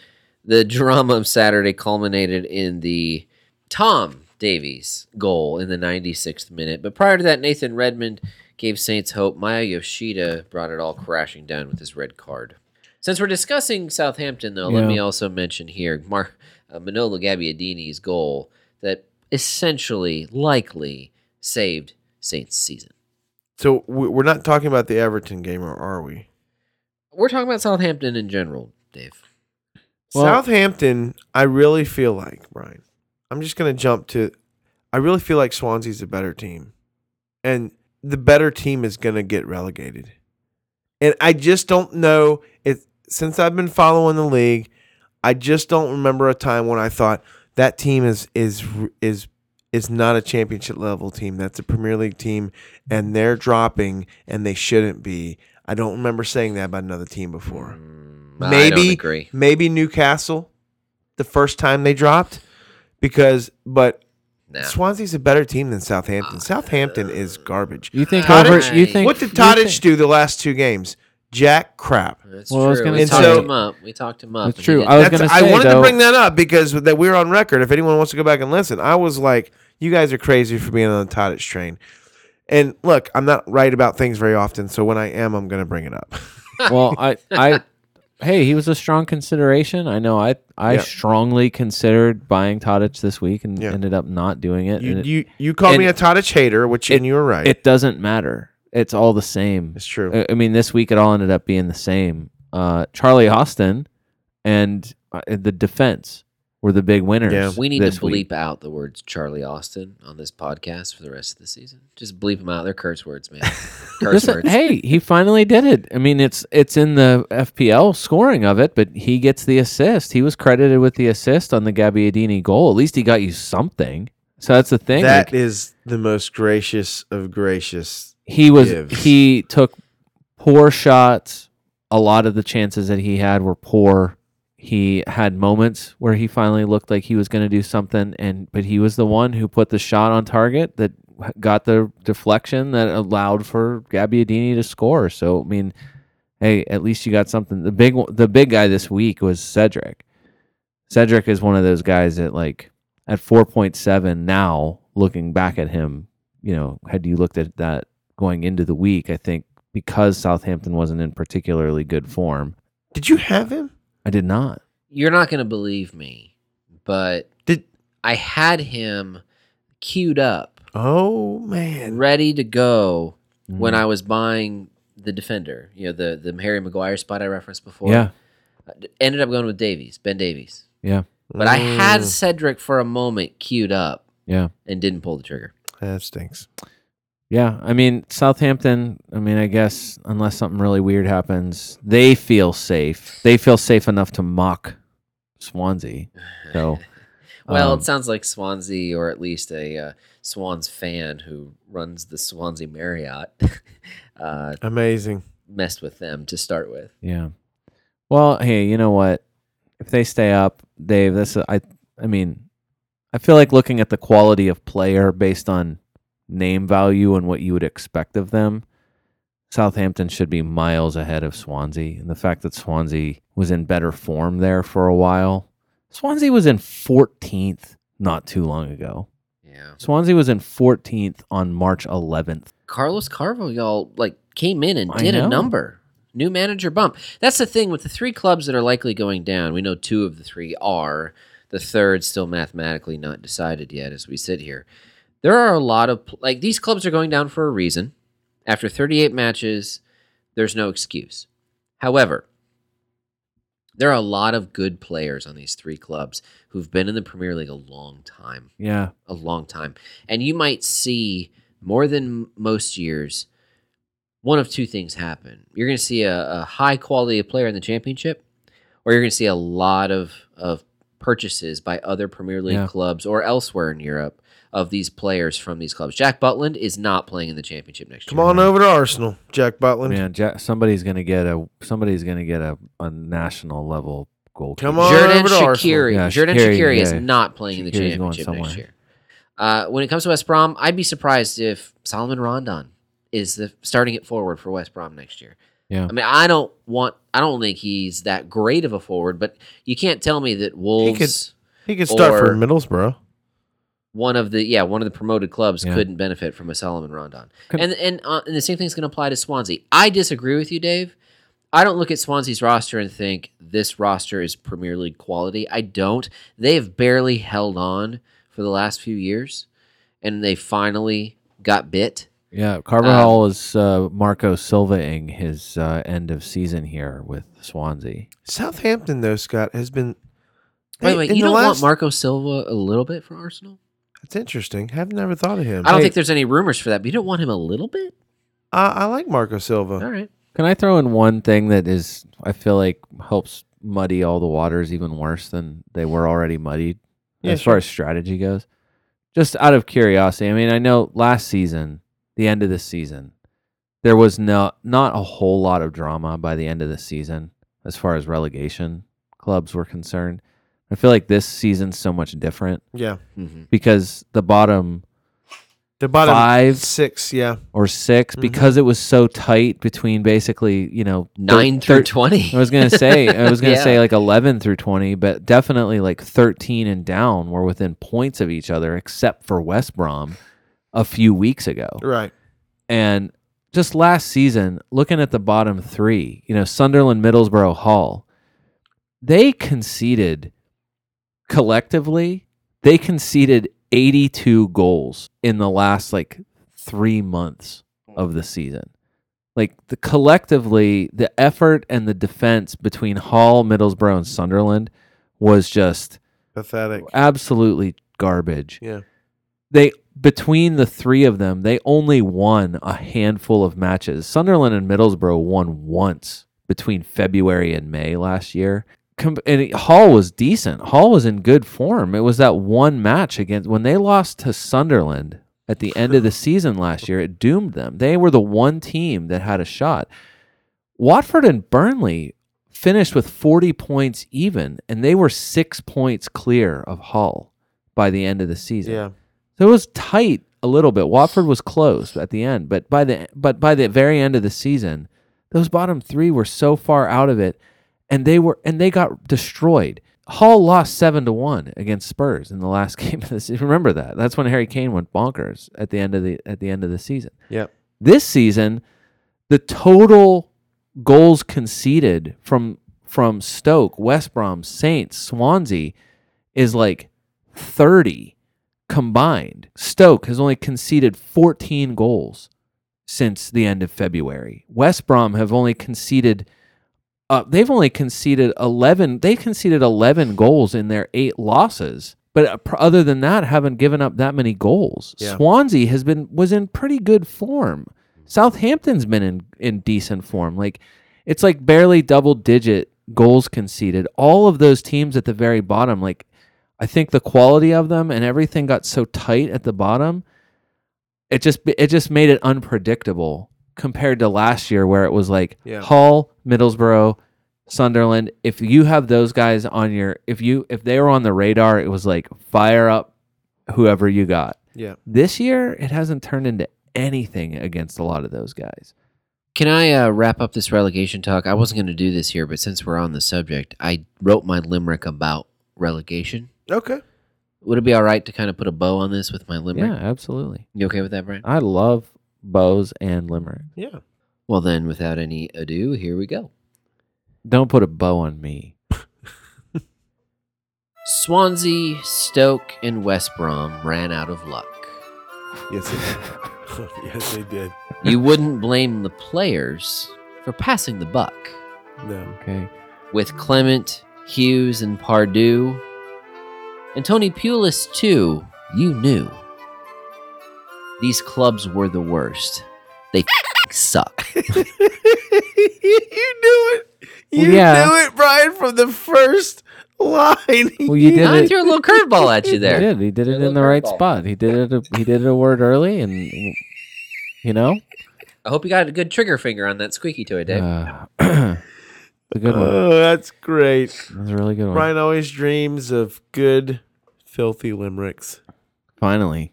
S3: The drama of Saturday culminated in the Tom Davies goal in the 96th minute. But prior to that, Nathan Redmond gave Saints hope. Maya Yoshida brought it all crashing down with his red card. Since we're discussing Southampton, though, let
S1: Yeah.
S3: me also mention here Mar- uh, Manolo Gabbiadini's goal that essentially, likely saved Saints' season.
S4: So we- we're not talking about the Everton game, or are we?
S3: We're talking about Southampton in general, Dave.
S1: Well-
S4: Southampton, I really feel like Brian. I'm just gonna jump to. I really feel like Swansea's a better team, and the better team is gonna get relegated. And I just don't know if since I've been following the league, I just don't remember a time when I thought that team is is is is not a championship level team. That's a Premier League team, and they're dropping, and they shouldn't be. I don't remember saying that about another team before.
S3: Mm, I
S4: Mm.
S3: don't
S4: Maybe-
S3: agree.
S4: Maybe Newcastle, the first time they dropped, because but
S3: Nah.
S4: Swansea's a better team than Southampton. Southampton is garbage.
S1: you think over,
S3: Cottage-
S1: you think
S4: What did
S1: you
S4: Tadic
S1: think-
S4: do the last two games? Jack crap.
S3: That's
S1: Well, I was
S3: true.
S1: gonna
S3: We
S4: say-
S3: talked
S4: So-
S3: him up. We talked him up.
S1: That's
S3: and he
S1: true.
S3: didn't-
S1: I was
S4: That's,
S1: gonna
S4: I
S1: say,
S4: wanted to
S1: though-
S4: bring that up because that we're on record. If anyone wants to go back and listen, I was like, you guys are crazy for being on the Tadic train. And look, I'm not right about things very often, so when I am, I'm going to bring it up.
S1: well, I, I, hey, he was a strong consideration. I know. I, I
S4: Yeah.
S1: strongly considered buying Tadic this week and
S4: Yeah.
S1: ended up not doing it.
S4: You
S1: and it,
S4: you, you called
S1: and-
S4: me a Tadic hater, which
S1: it-
S4: and you were right.
S1: it doesn't matter. It's all the same.
S4: it's true.
S1: I- I mean, this week it all ended up being the same. Uh, Charlie Austin and uh, the defense were the big winners.
S4: Yeah.
S3: we need to
S1: this
S3: bleep
S1: week.
S3: out the words Charlie Austin on this podcast for the rest of the season. Just bleep them out. They're curse words, man. curse
S1: Listen,
S3: words.
S1: hey, he finally did it. I mean, it's it's in the FPL scoring of it, but he gets the assist. He was credited with the assist on the Gabbiadini goal. At least he got you something. So that's the thing.
S4: That is
S1: like,
S4: the most gracious of gracious.
S1: he was
S4: gives.
S1: he took poor shots. A lot of the chances that he had were poor. He had moments where he finally looked like he was going to do something, and but he was the one who put the shot on target that got the deflection that allowed for Gabbiadini to score. So I mean, hey, at least you got something. The big one- the big guy this week was Cedric. Cedric is one of those guys that like at 4.7 now looking back at him, you know, had you looked at that going into the week, I think because Southampton wasn't in particularly good form,
S4: Did you have him?
S1: I did not.
S3: You're not going to believe me, but
S4: Did
S3: I had him queued up
S4: Oh man.
S3: ready to go when
S1: Mm.
S3: I was buying the defender, you know, the the Harry Maguire spot I referenced before. Uh,
S1: yeah,
S3: Ended up going with Davies, Ben Davies.
S1: yeah,
S3: But I had
S4: Mm,
S3: Cedric for a moment queued up
S1: yeah,
S3: and didn't pull the trigger.
S4: that stinks.
S1: yeah. I mean, Southampton. I mean, I guess unless something really weird happens, they feel safe. They feel safe enough to mock Swansea. So,
S3: Well,
S1: um,
S3: it sounds like Swansea, or at least a uh, Swans fan who runs the Swansea Marriott, uh,
S4: Amazing.
S3: messed with them to start with.
S1: Yeah. Well, hey, you know what? If they stay up, Dave, this I I mean, I feel like looking at the quality of player based on name value and what you would expect of them. Southampton should be miles ahead of Swansea, and the fact that Swansea was in better form there for a while. Swansea was in 14th not too long ago.
S3: Yeah,
S1: Swansea was in 14th on March 11th.
S3: Carlos Carvalho y'all, like came in and
S1: I
S3: did
S1: know.
S3: a number. New manager bump. That's the thing with the three clubs that are likely going down. We know two of the three are. The third still mathematically not decided yet as we sit here. There are a lot of pl- like these clubs are going down for a reason. After 38 matches, there's no excuse. However, there are a lot of good players on these three clubs who've been in the Premier League a long time
S1: Yeah.
S3: a long time. And you might see more than m- most years, one of two things happen. You're going to see a, a high quality of player in the championship, or you're going to see a lot of, of purchases by other Premier League
S1: Yeah.
S3: clubs or elsewhere in Europe of these players from these clubs. Jack Butland is not playing in the championship next
S4: Come
S3: year.
S4: on over to Arsenal, Jack Butland.
S1: Man, ja somebody's gonna get a somebody's gonna get a, a national level goal.
S4: Come on
S3: Jordan
S4: over to Arsenal.
S3: Shakiri,
S1: Yeah,
S3: Jordan
S1: Shaqiri,
S3: Shakiri, is
S1: yeah.
S3: not playing in the
S1: Shaqiri's going
S3: championship next
S1: somewhere.
S3: year. Uh, when it comes to West Brom, I'd be surprised if Solomon Rondon is the starting it forward for West Brom next year.
S1: Yeah.
S3: I mean, I don't want. I don't think he's that great of a forward, but you can't tell me that Wolves,
S4: He could start for
S3: Or-
S4: Middlesbrough.
S3: one of the yeah, one of the promoted clubs,
S1: Yeah.
S3: couldn't benefit from a Solomon Rondon.
S1: Can-
S3: and and uh, and the same thing's going to apply to Swansea. I disagree with you, Dave. I don't look at Swansea's roster and think this roster is Premier League quality. I don't. They have barely held on for the last few years, and they finally got bit.
S1: Yeah, Carvajal
S4: Um,
S1: is uh, Marco Silva-ing his uh, end of season here with Swansea.
S4: Southampton though, Scott has been.
S3: Wait,
S4: Hey,
S3: wait,
S4: in
S3: you
S4: the
S3: don't want
S4: last-
S3: Marco Silva a little bit for Arsenal?
S4: That's interesting. I've never thought of him.
S3: I don't
S1: Hey.
S3: think there's any rumors for that, but you don't want him a little bit?
S4: I, I like Marco
S3: All
S4: Silva.
S3: right.
S1: Can I throw in one thing that is I feel like helps muddy all the waters even worse than they were already muddied
S4: Yeah,
S1: as far
S4: sure.
S1: as strategy goes? Just out of curiosity, I mean, I know last season, the end of the season, there was no not a whole lot of drama by the end of the season as far as relegation clubs were concerned. I feel like this season's so much different
S4: Yeah,
S1: mm-hmm.
S3: hmm
S1: because the bottom
S4: the bottom
S1: Five.
S4: six. Yeah,
S1: or 6
S4: Mhm.
S1: because it was so tight between basically you know thir-
S3: Nine through
S1: thir- Oh,
S3: 20.
S1: I was gonna say I was gonna
S3: Yeah.
S1: say like eleven through twenty, but definitely like thirteen and down were within points of each other, except for West Brom a few weeks ago.
S4: right.
S1: And just last season, looking at the bottom three, you know, Sunderland, Middlesbrough, Hull, they conceded collectively, they conceded 82 goals in the last like three months of the season. Like the collectively, the effort and the defense between Hull, Middlesbrough, and Sunderland was just
S4: Pathetic.
S1: absolutely garbage
S4: Yeah,
S1: they between the three of them, they only won a handful of matches. Sunderland and Middlesbrough won once between February and May last year. Com- and it- Hall was decent. Hall was in good form. It was that one match against when they lost to Sunderland at the end of the season last year. It doomed them. They were the one team that had a shot. Watford and Burnley finished with 40 points even, and they were six points clear of Hull by the end of the season.
S4: yeah.
S1: So it was tight a little bit. Watford was close at the end, but by the but by the very end of the season, those bottom three were so far out of it, and they were and they got destroyed. Hall lost seven to one against Spurs in the last game of the season. Remember that? That's when Harry Kane went bonkers at the end of the at the end of the season.
S4: Yep.
S1: This season, the total goals conceded from from Stoke, West Brom, Saints, Swansea is like 30 combined. Stoke has only conceded 14 goals since the end of February. West Brom have only conceded uh, they've only conceded 11 they conceded 11 goals in their 8 losses. But uh, pr- other than that, haven't given up that many goals.
S4: Yeah.
S1: Swansea has been was in pretty good form. Southampton's been in in decent form. Like it's like barely double digit goals conceded. All of those teams at the very bottom, like I think the quality of them and everything got so tight at the bottom, it just it just made it unpredictable compared to last year where it was like
S4: Yeah.
S1: Hull, Middlesbrough, Sunderland. If you have those guys on your if you if they were on the radar, it was like fire up whoever you got.
S4: Yeah.
S1: This year it hasn't turned into anything against a lot of those guys.
S3: Can I uh, wrap up this relegation talk? I wasn't going to do this here, but since we're on the subject, I wrote my limerick about relegation.
S4: Okay.
S3: Would it be all right to kind of put a bow on this with my limerick?
S1: Yeah, Uh, absolutely.
S3: You okay with that, Brian?
S1: I love bows and limerick.
S4: Yeah.
S3: Well, then, without any ado, here we go.
S1: Don't put a bow on me.
S3: Swansea, Stoke, and West Brom ran out of luck.
S4: Yes, they did. yes, they did.
S3: You wouldn't blame the players for passing the buck.
S4: No.
S1: Okay.
S3: With Clement, Hughes, and Pardew, and Tony Pulis, too, you knew. These clubs were the worst. They suck.
S4: you knew it. You
S1: Well, yeah.
S4: knew it, Brian, from the first line.
S1: Well, you did
S3: I
S1: it.
S3: threw a little curveball at you there.
S1: He did. He did it in the right spot. He did it. A, he did it a word early, and you know,
S3: I hope you got a good trigger finger on that squeaky toy, Dave.
S1: uh, it's a good one.
S4: Oh, that's great.
S1: It's a really good one.
S4: Brian always dreams of good, filthy limericks.
S1: Finally,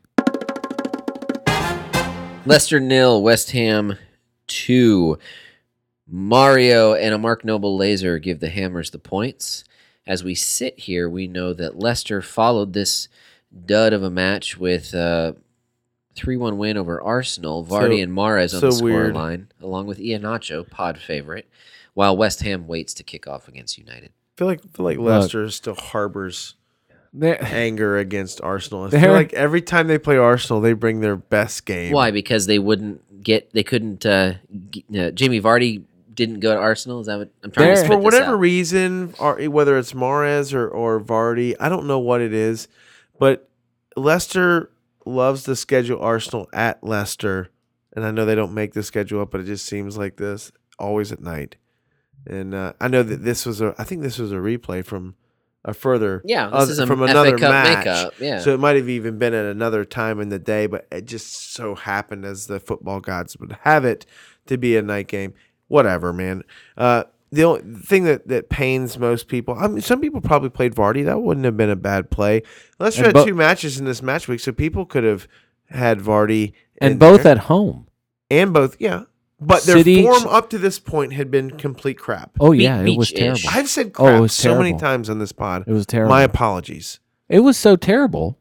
S3: Leicester nil, West Ham two. Mario and a Mark Noble laser give the Hammers the points. As we sit here, we know that Leicester followed this dud of a match with a three-one win over Arsenal. Vardy
S4: So-
S3: and Mares on
S4: so
S3: the score
S4: weird.
S3: line, along with Ianacho, pod favorite, while West Ham waits to kick off against United.
S4: I feel like I feel like Leicester still harbors
S1: There-
S4: anger against Arsenal. I
S1: They're-
S4: feel like every time they play Arsenal, they bring their best game.
S3: Why? Because they wouldn't get, they couldn't. Uh, g- uh, Jamie Vardy didn't go to Arsenal. Is that what I'm trying
S1: There-
S3: to
S1: For
S3: spit
S4: For
S3: this
S4: whatever
S3: out.
S4: reason, or e, whether it's Mares or, or Vardy, I don't know what it is, but Leicester loves to schedule Arsenal at Leicester. And I know they don't make the schedule up, but it just seems like this always at night. And uh, I know that this was a, I think this was a replay from a further,
S3: Yeah, this
S4: oth-
S3: is a
S4: from
S3: FA
S4: another
S3: Cup
S4: match.
S3: makeup, yeah.
S4: So it might have even been at another time in the day, but it just so happened as the football gods would have it to be a night game. Whatever, man. Uh, the only thing that, that pains most people, I mean, some people probably played Vardy. That wouldn't have been a bad play. Leicester
S1: And
S4: had
S1: bo-
S4: two matches in this match week, so people could have had Vardy
S1: and
S4: in
S1: both
S4: there.
S1: at home.
S4: and both, yeah. But their
S1: City-
S4: form up to this point had been complete crap.
S1: Oh yeah, it was
S3: Beach-ish.
S1: terrible.
S4: I've said
S1: Oh, it
S4: crap
S1: was
S4: so many
S1: terrible.
S4: times on this pod.
S1: It was terrible.
S4: My apologies.
S1: it was so terrible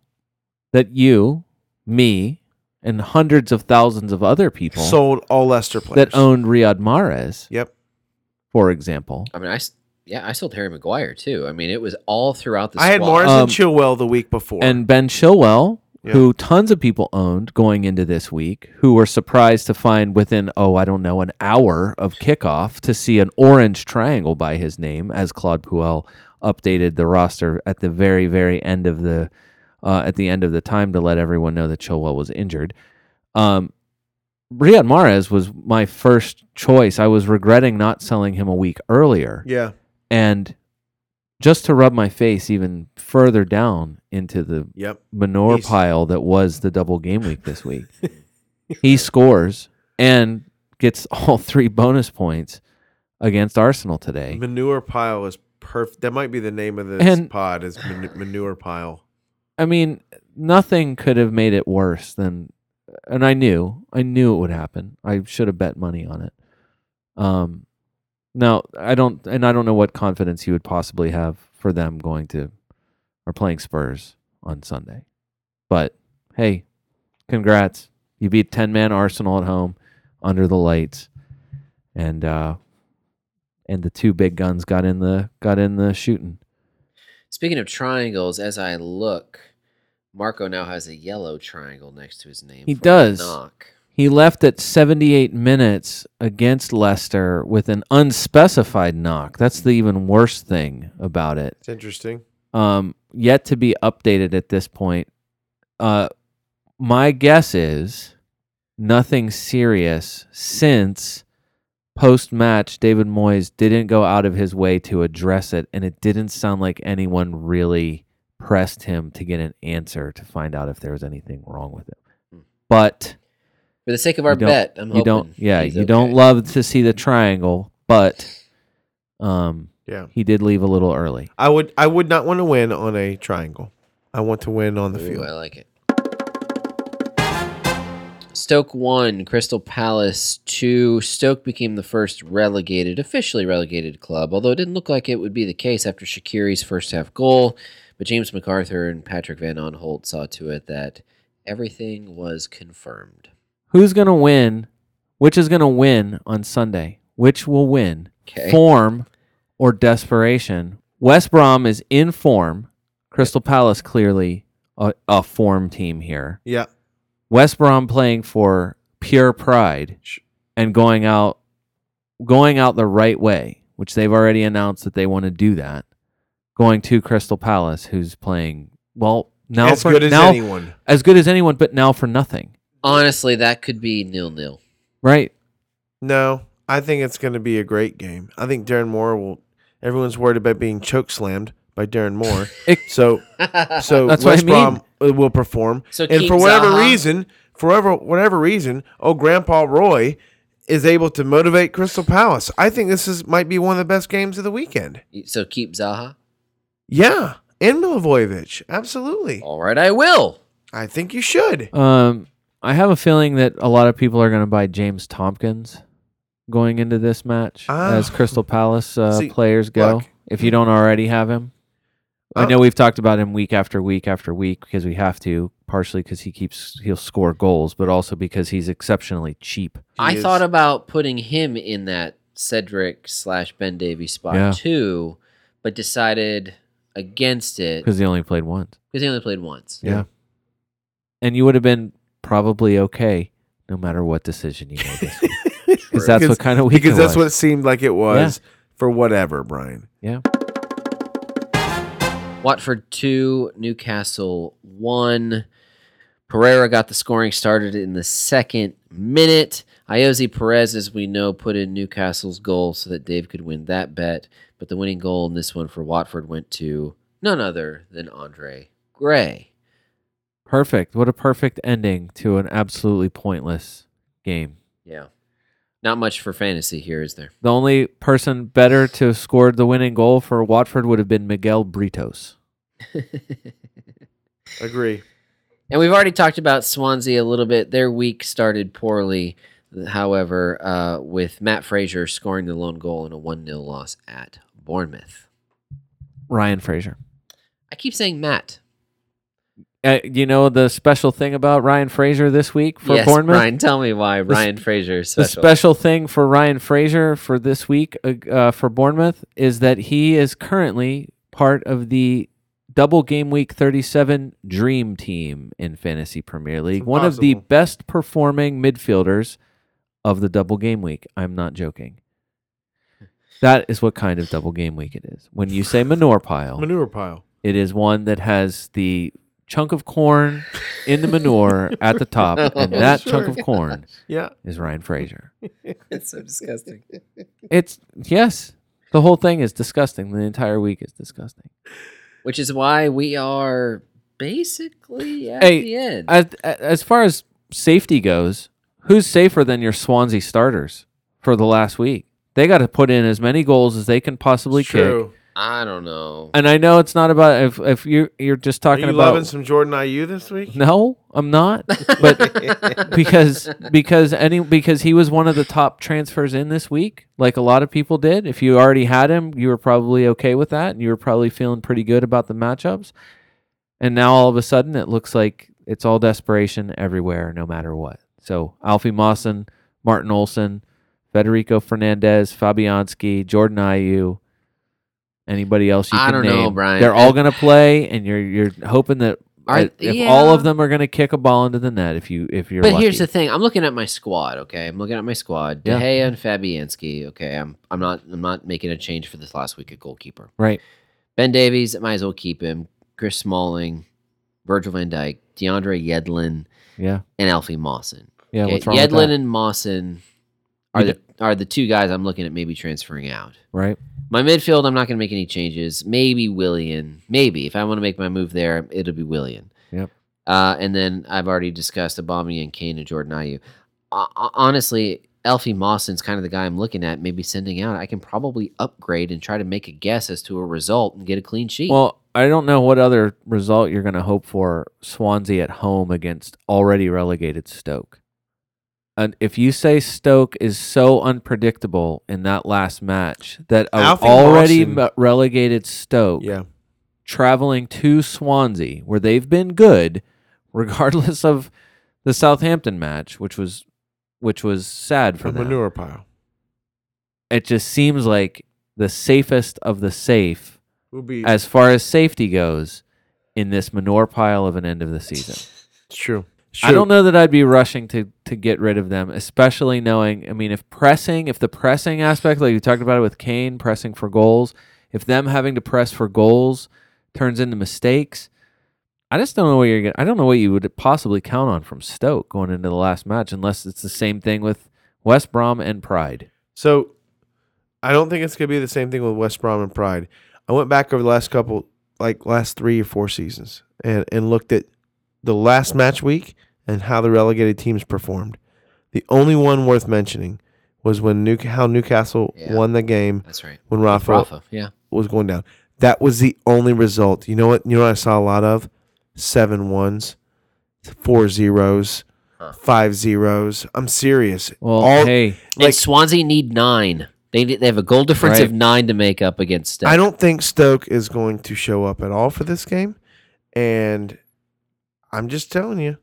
S1: that you, me, and hundreds of thousands of other people
S4: Sold all Leicester players.
S1: that owned Riyad Mahrez,
S4: Yep.
S1: for example,
S3: I mean, I s- yeah, I sold Harry Maguire too. I mean, it was all throughout the.
S4: I had
S3: squad.
S4: Morris
S1: Um,
S4: and Chilwell the week before.
S1: and Ben Chilwell,
S4: Yeah.
S1: who tons of people owned going into this week, who were surprised to find within, oh, I don't know, an hour of kickoff to see an orange triangle by his name as Claude Puel updated the roster at the very, very end of the uh, at the end of the time to let everyone know that Chilwell was injured. Um, Riyad Mahrez was my first choice. I was regretting not selling him a week earlier.
S4: yeah.
S1: And just to rub my face even further down into the
S4: Yep.
S1: manure
S4: He's-
S1: pile that was the double game week this week. he scores and gets all three bonus points against Arsenal today.
S4: Manure pile is perfect. That might be the name of this
S1: And-
S4: pod is man- manure pile.
S1: I mean, nothing could have made it worse than and I knew, I knew it would happen. I should have bet money on it. Um now, I don't and I don't know what confidence you would possibly have for them going to or playing Spurs on Sunday. But hey, congrats. You beat 10-man Arsenal at home under the lights. And uh and the two big guns got in the got in the shooting.
S3: Speaking of triangles, as I look, Marco now has a yellow triangle next to his name.
S1: He
S3: for a
S1: does.
S3: Knock.
S1: He left at 78 minutes against Leicester with an unspecified knock. That's the even worse thing about it.
S4: It's interesting.
S1: um, yet to be updated at this point. Uh, my guess is nothing serious since post match David Moyes didn't go out of his way to address it, and it didn't sound like anyone really pressed him to get an answer to find out if there was anything wrong with
S3: Hmm.
S1: him. But
S3: For the sake of our
S1: you don't-
S3: bet, I'm
S1: you
S3: hoping.
S1: don't, yeah,
S3: he's
S1: you don't
S3: okay.
S1: love to see the triangle, but um,
S4: Yeah.
S1: he did leave a little early.
S4: I would I would not want to win on a triangle. I want to win on the
S3: Ooh,
S4: field.
S3: I like it. Stoke won, Crystal Palace two. Stoke became the first relegated, officially relegated club, although it didn't look like it would be the case after Shakiri's first half goal. But James MacArthur and Patrick Van Onholt saw to it that everything was confirmed.
S1: who's going to win, which is going to win on Sunday, which will win
S3: Okay.
S1: form or desperation. West Brom is in form. Crystal Palace clearly a, a form team here.
S4: Yeah.
S1: West Brom playing for pure pride
S4: Sh-
S1: and going out going out the right way, which they've already announced that they want to do that. Going to Crystal Palace who's playing well now
S4: as
S1: for
S4: good as
S1: now
S4: anyone.
S1: as good as anyone but now for nothing,
S3: Honestly, that could be nil nil.
S1: right?
S4: No, I think it's going to be a great game. I think Darren Moore will. Everyone's worried about being choke slammed by Darren Moore.
S1: It-
S4: so so
S1: That's what I
S4: West
S1: mean.
S4: Brom uh, will perform.
S3: So
S4: and
S3: keep
S4: for whatever
S3: Zaha.
S4: reason, for whatever, whatever reason, oh Grandpa Roy is able to motivate Crystal Palace. I think this is might be one of the best games of the weekend.
S3: So keep Zaha.
S4: Yeah, and Milivojevic, absolutely.
S3: All right, I will.
S4: I think you should.
S1: Um, I have a feeling that a lot of people are going to buy James Tompkins going into this match
S4: Ah.
S1: as Crystal Palace uh,
S4: See,
S1: players go.
S4: look.
S1: if you don't already have him, I
S4: Uh,
S1: know we've talked about him week after week after week because we have to, partially because he keeps he'll score goals, but also because he's exceptionally cheap.
S4: He
S3: I
S4: is-
S3: thought about putting him in that Cedric slash Ben Davy spot
S1: Yeah.
S3: too, but decided against it
S1: Because he only played once,
S3: because he only played once.
S1: Yeah. and you would have been probably okay no matter what decision you made, because that's what kind of week it
S4: because
S1: was.
S4: that's what it seemed like it was for whatever Brian.
S1: yeah.
S3: Watford two, Newcastle one. Pereira got the scoring started in the second minute. Iose Perez, as we know, put in Newcastle's goal so that Dave could win that bet. But the winning goal in this one for Watford went to none other than Andre Gray.
S1: Perfect. What a perfect ending to an absolutely pointless game.
S3: Yeah. Not much for fantasy here, is there?
S1: The only person better to have scored the winning goal for Watford would have been Miguel Britos.
S4: Agree.
S3: And we've already talked about Swansea a little bit. Their week started poorly, however, uh, with Matt Frazier scoring the lone goal in a 1 0 loss at Bournemouth.
S1: Ryan Fraser.
S3: I keep saying Matt.
S1: Uh, you know the special thing about Ryan Fraser this week for
S3: yes,
S1: Bournemouth?
S3: Ryan, tell me why
S1: The
S3: Ryan Frazier is
S1: the
S3: special.
S1: special thing for Ryan Fraser for this week uh, uh, for Bournemouth is that he is currently part of the double game week 37 dream team in fantasy Premier League. One of the
S4: impossible.
S1: best performing midfielders of the double game week. I'm not joking. That is what kind of double game week it is. When you say manure pile,
S4: Manure pile.
S1: it is one that has the chunk of corn in the manure at the top, and
S3: Oh,
S1: that
S4: sure.
S1: chunk of corn
S4: Yeah.
S1: is Ryan Fraser.
S3: it's so disgusting.
S1: It's yes. The whole thing is disgusting. The entire week is disgusting.
S3: Which is why we are basically at
S1: Hey,
S3: the end.
S1: As as far as safety goes, who's safer than your Swansea starters for the last week? They got to put in as many goals as they can possibly kick.
S3: I don't know.
S1: And I know it's not about if if you you're just
S4: Are
S1: talking
S4: you
S1: about
S4: loving some Jordan IU this week?
S1: No, I'm not. But because because any because he was one of the top transfers in this week, like a lot of people did. If you already had him, you were probably okay with that, and you were probably feeling pretty good about the matchups. And now all of a sudden, it looks like it's all desperation everywhere, no matter what. So Alfie Mawson, Martin Olson, Federico Fernandez, Fabianski, Jordan Ayew, anybody else you
S3: I
S1: can
S3: don't know,
S1: name,
S3: Brian.
S1: They're all going to play, and you're you're hoping that
S3: Are-
S1: I- if all
S3: yeah.
S1: of them are going to kick a ball into the net, if you if you're
S3: But here's the
S1: lucky.
S3: thing: I'm looking at my squad. Okay, I'm looking at my squad. De
S1: Yeah.
S3: Gea and Fabianski. Okay, I'm I'm not I'm not making a change for this last week at goalkeeper.
S1: right?
S3: Ben Davies, might as well keep him. Chris Smalling, Virgil Van Dyke, DeAndre Yedlin,
S1: Yeah,
S3: and Alfie Mawson.
S1: yeah.
S3: Okay,
S1: What's wrong
S3: Yedlin
S1: with that?
S3: and Mawson are
S1: You
S3: the are the two guys I'm looking at maybe transferring out.
S1: right?
S3: My midfield, I'm not going to make any changes. Maybe Willian. Maybe if I want to make my move there, it'll be Willian.
S1: Yep.
S3: Uh, and then I've already discussed Abami and Kane and Jordan Ayew. Uh, honestly, Elfie Mawson's kind of the guy I'm looking at. Maybe sending out. I can probably upgrade and try to make a guess as to a result and get a clean sheet.
S1: Well, I don't know what other result you're going to hope for Swansea at home against already relegated Stoke. And if you say Stoke is so unpredictable in that last match that a
S4: Alfie
S1: already
S4: Mawson-
S1: m- relegated Stoke
S4: Yeah.
S1: traveling to Swansea where they've been good regardless of the Southampton match which was which was sad for
S4: A
S1: them
S4: manure pile.
S1: it just seems like the safest of the safe
S4: Will be
S1: as far as safety goes in this manure pile of an end of the season.
S4: it's true. It's
S1: I don't know that I'd be rushing to to get rid of them, especially knowing I mean if pressing, if the pressing aspect like you talked about it with Kane pressing for goals, if them having to press for goals turns into mistakes, I just don't know what you're gonna, I don't know what you would possibly count on from Stoke going into the last match unless it's the same thing with West Brom and Pride.
S4: So I don't think it's gonna be the same thing with West Brom and Pride. I went back over the last couple, like last three or four seasons, and and looked at the last match week and how the relegated teams performed. The only one worth mentioning was when New, how Newcastle
S3: Yeah.
S4: won the game
S3: That's right.
S4: when Rafa,
S3: Rafa. Yeah.
S4: was going down. That was the only result. You know what? You know what I saw a lot of seven ones, four zeros,
S3: Huh.
S4: five zeros. I'm serious.
S1: Well,
S4: All-
S1: hey,
S3: and
S4: like-
S3: Swansea need nine. They need, they have a goal difference of
S1: Right.
S3: nine to make up against Stoke.
S4: I don't think Stoke is going to show up at all for this game. And I'm just telling you.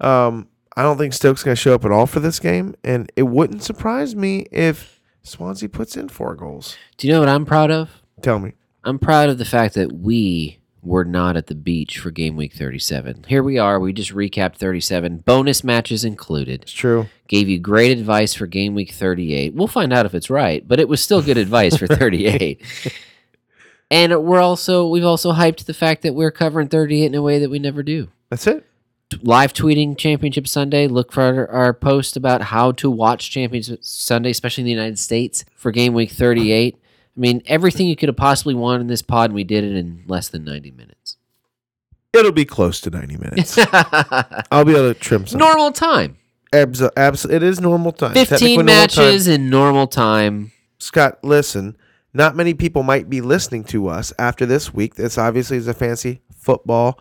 S4: Um, I don't think Stoke's going to show up at all for this game. And it wouldn't surprise me if Swansea puts in four goals.
S3: Do you know what I'm proud of?
S4: Tell me.
S3: I'm proud of the fact that we were not at the beach for game week 37. Here we are. We just recapped 37, bonus matches included.
S4: It's true.
S3: Gave you great advice for game week 38. We'll find out if it's right, but it was still good advice for 38. and we're also we've also hyped the fact that we're covering 38 in a way that we never do.
S4: That's it.
S3: T- Live tweeting Championship Sunday. Look for our, our post about how to watch Championship Sunday, especially in the United States, for game week 38. I mean, everything you could have possibly wanted in this pod, and we did it in less than 90 minutes.
S4: It'll be close to 90 minutes. I'll be able to trim some.
S3: normal time.
S4: Abs- abs- it is normal time. Technically
S3: 15
S4: normal time.
S3: matches in normal time.
S4: Scott, listen, not many people might be listening to us after this week. This obviously is a fancy football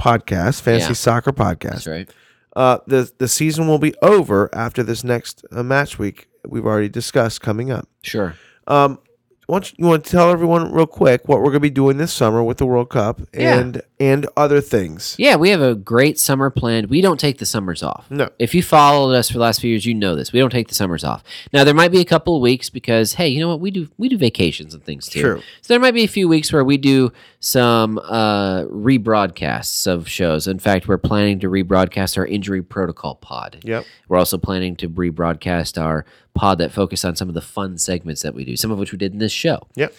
S4: podcast, fancy
S3: Yeah.
S4: soccer podcast.
S3: That's right.
S4: Uh, the the season will be over after this next uh, match week we've already discussed coming up.
S3: Sure.
S4: Um, why don't you, you want to tell everyone real quick what we're going to be doing this summer with the World Cup
S3: Yeah.
S4: and and other things.
S3: Yeah, we have a great summer planned. We don't take the summers off.
S4: No.
S3: If you followed us for the last few years, you know this. We don't take the summers off. Now there might be a couple of weeks because hey, you know what? We do we do vacations and things too.
S4: True.
S3: So there might be a few weeks where we do some uh, rebroadcasts of shows. In fact, we're planning to rebroadcast our injury protocol pod.
S4: Yep.
S3: We're also planning to rebroadcast our pod that focused on some of the fun segments that we do, some of which we did in this show.
S4: Yep.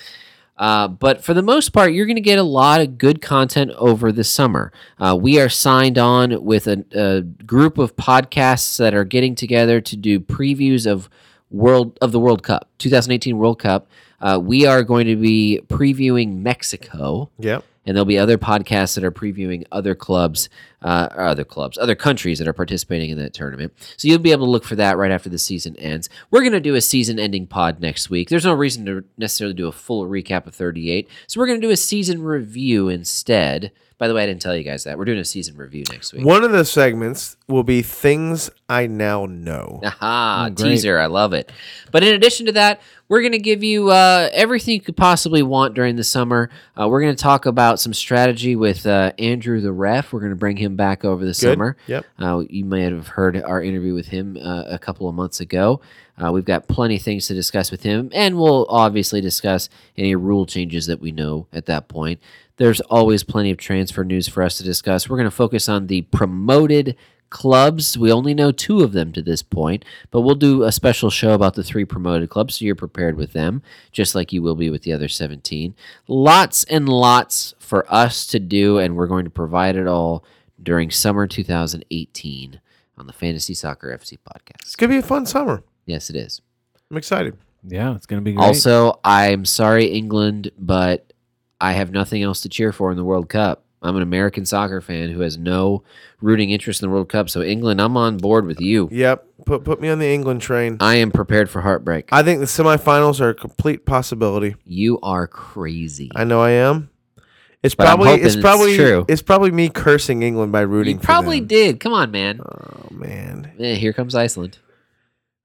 S3: Uh, but for the most part, you're going to get a lot of good content over the summer. Uh, we are signed on with a, a group of podcasts that are getting together to do previews of world of the World Cup, 2018 World Cup. Uh, we are going to be previewing Mexico,
S4: Yep.
S3: and there'll be other podcasts that are previewing other clubs, uh, or other clubs, other countries that are participating in that tournament. So you'll be able to look for that right after the season ends. We're going to do a season-ending pod next week. There's no reason to necessarily do a full recap of 38, so we're going to do a season review instead. By the way, I didn't tell you guys that we're doing a season review next week.
S4: One of the segments will be things I now know.
S3: Aha,
S1: Oh, great.
S3: teaser. I love it. But in addition to that, we're going to give you uh, everything you could possibly want during the summer. Uh, we're going to talk about some strategy with uh, Andrew the ref. We're going to bring him back over the
S4: Good.
S3: summer.
S4: Yep.
S3: Uh, you may have heard our interview with him uh, a couple of months ago. Uh, we've got plenty of things to discuss with him, and we'll obviously discuss any rule changes that we know at that point. There's always plenty of transfer news for us to discuss. We're going to focus on the promoted clubs. We only know two of them to this point, but we'll do a special show about the three promoted clubs so you're prepared with them, just like you will be with the other 17. Lots and lots for us to do, and we're going to provide it all during summer 2018 on the Fantasy Soccer FC
S4: It's
S3: podcast.
S4: gonna be a fun summer.
S3: Yes, it is.
S4: I'm excited.
S1: Yeah, it's gonna be great.
S3: Also, I'm sorry, England, but I have nothing else to cheer for in the World Cup. I'm an American soccer fan who has no rooting interest in the World Cup. So, England, I'm on board with you.
S4: Yep. Put put me on the England train.
S3: I am prepared for heartbreak.
S4: I think the semifinals are a complete possibility.
S3: You are crazy.
S4: I know I am. It's
S3: But I'm
S4: probably
S3: hoping
S4: it's
S3: it's
S4: probably
S3: true.
S4: it's probably me cursing England by rooting.
S3: You
S4: for
S3: probably
S4: them.
S3: did. Come on, man.
S4: Oh man.
S3: Eh, here comes Iceland.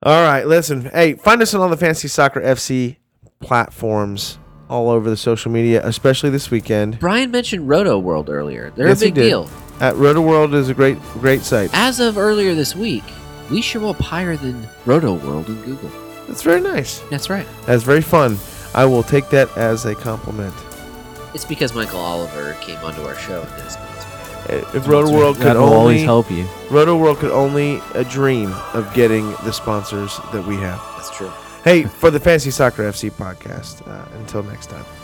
S4: All right, listen. Hey, find us on all the Fantasy Soccer FC platforms all over the social media, especially this weekend.
S3: Brian mentioned Roto World earlier. They're
S4: Yes,
S3: a
S4: he
S3: big
S4: did.
S3: deal.
S4: At Roto World is a great great site.
S3: As of earlier this week, we show up higher than Roto World in Google.
S4: That's very nice.
S3: That's right.
S4: That's very fun. I will take that as a compliment.
S3: It's because Michael Oliver came onto our show and did a sponsor.
S4: Eh, If Roto World could
S1: God will always
S4: only
S1: help you.
S4: Roto World could only a dream of getting the sponsors that we have.
S3: That's true.
S4: Hey, for the Fantasy Soccer FC podcast. Uh, until next time.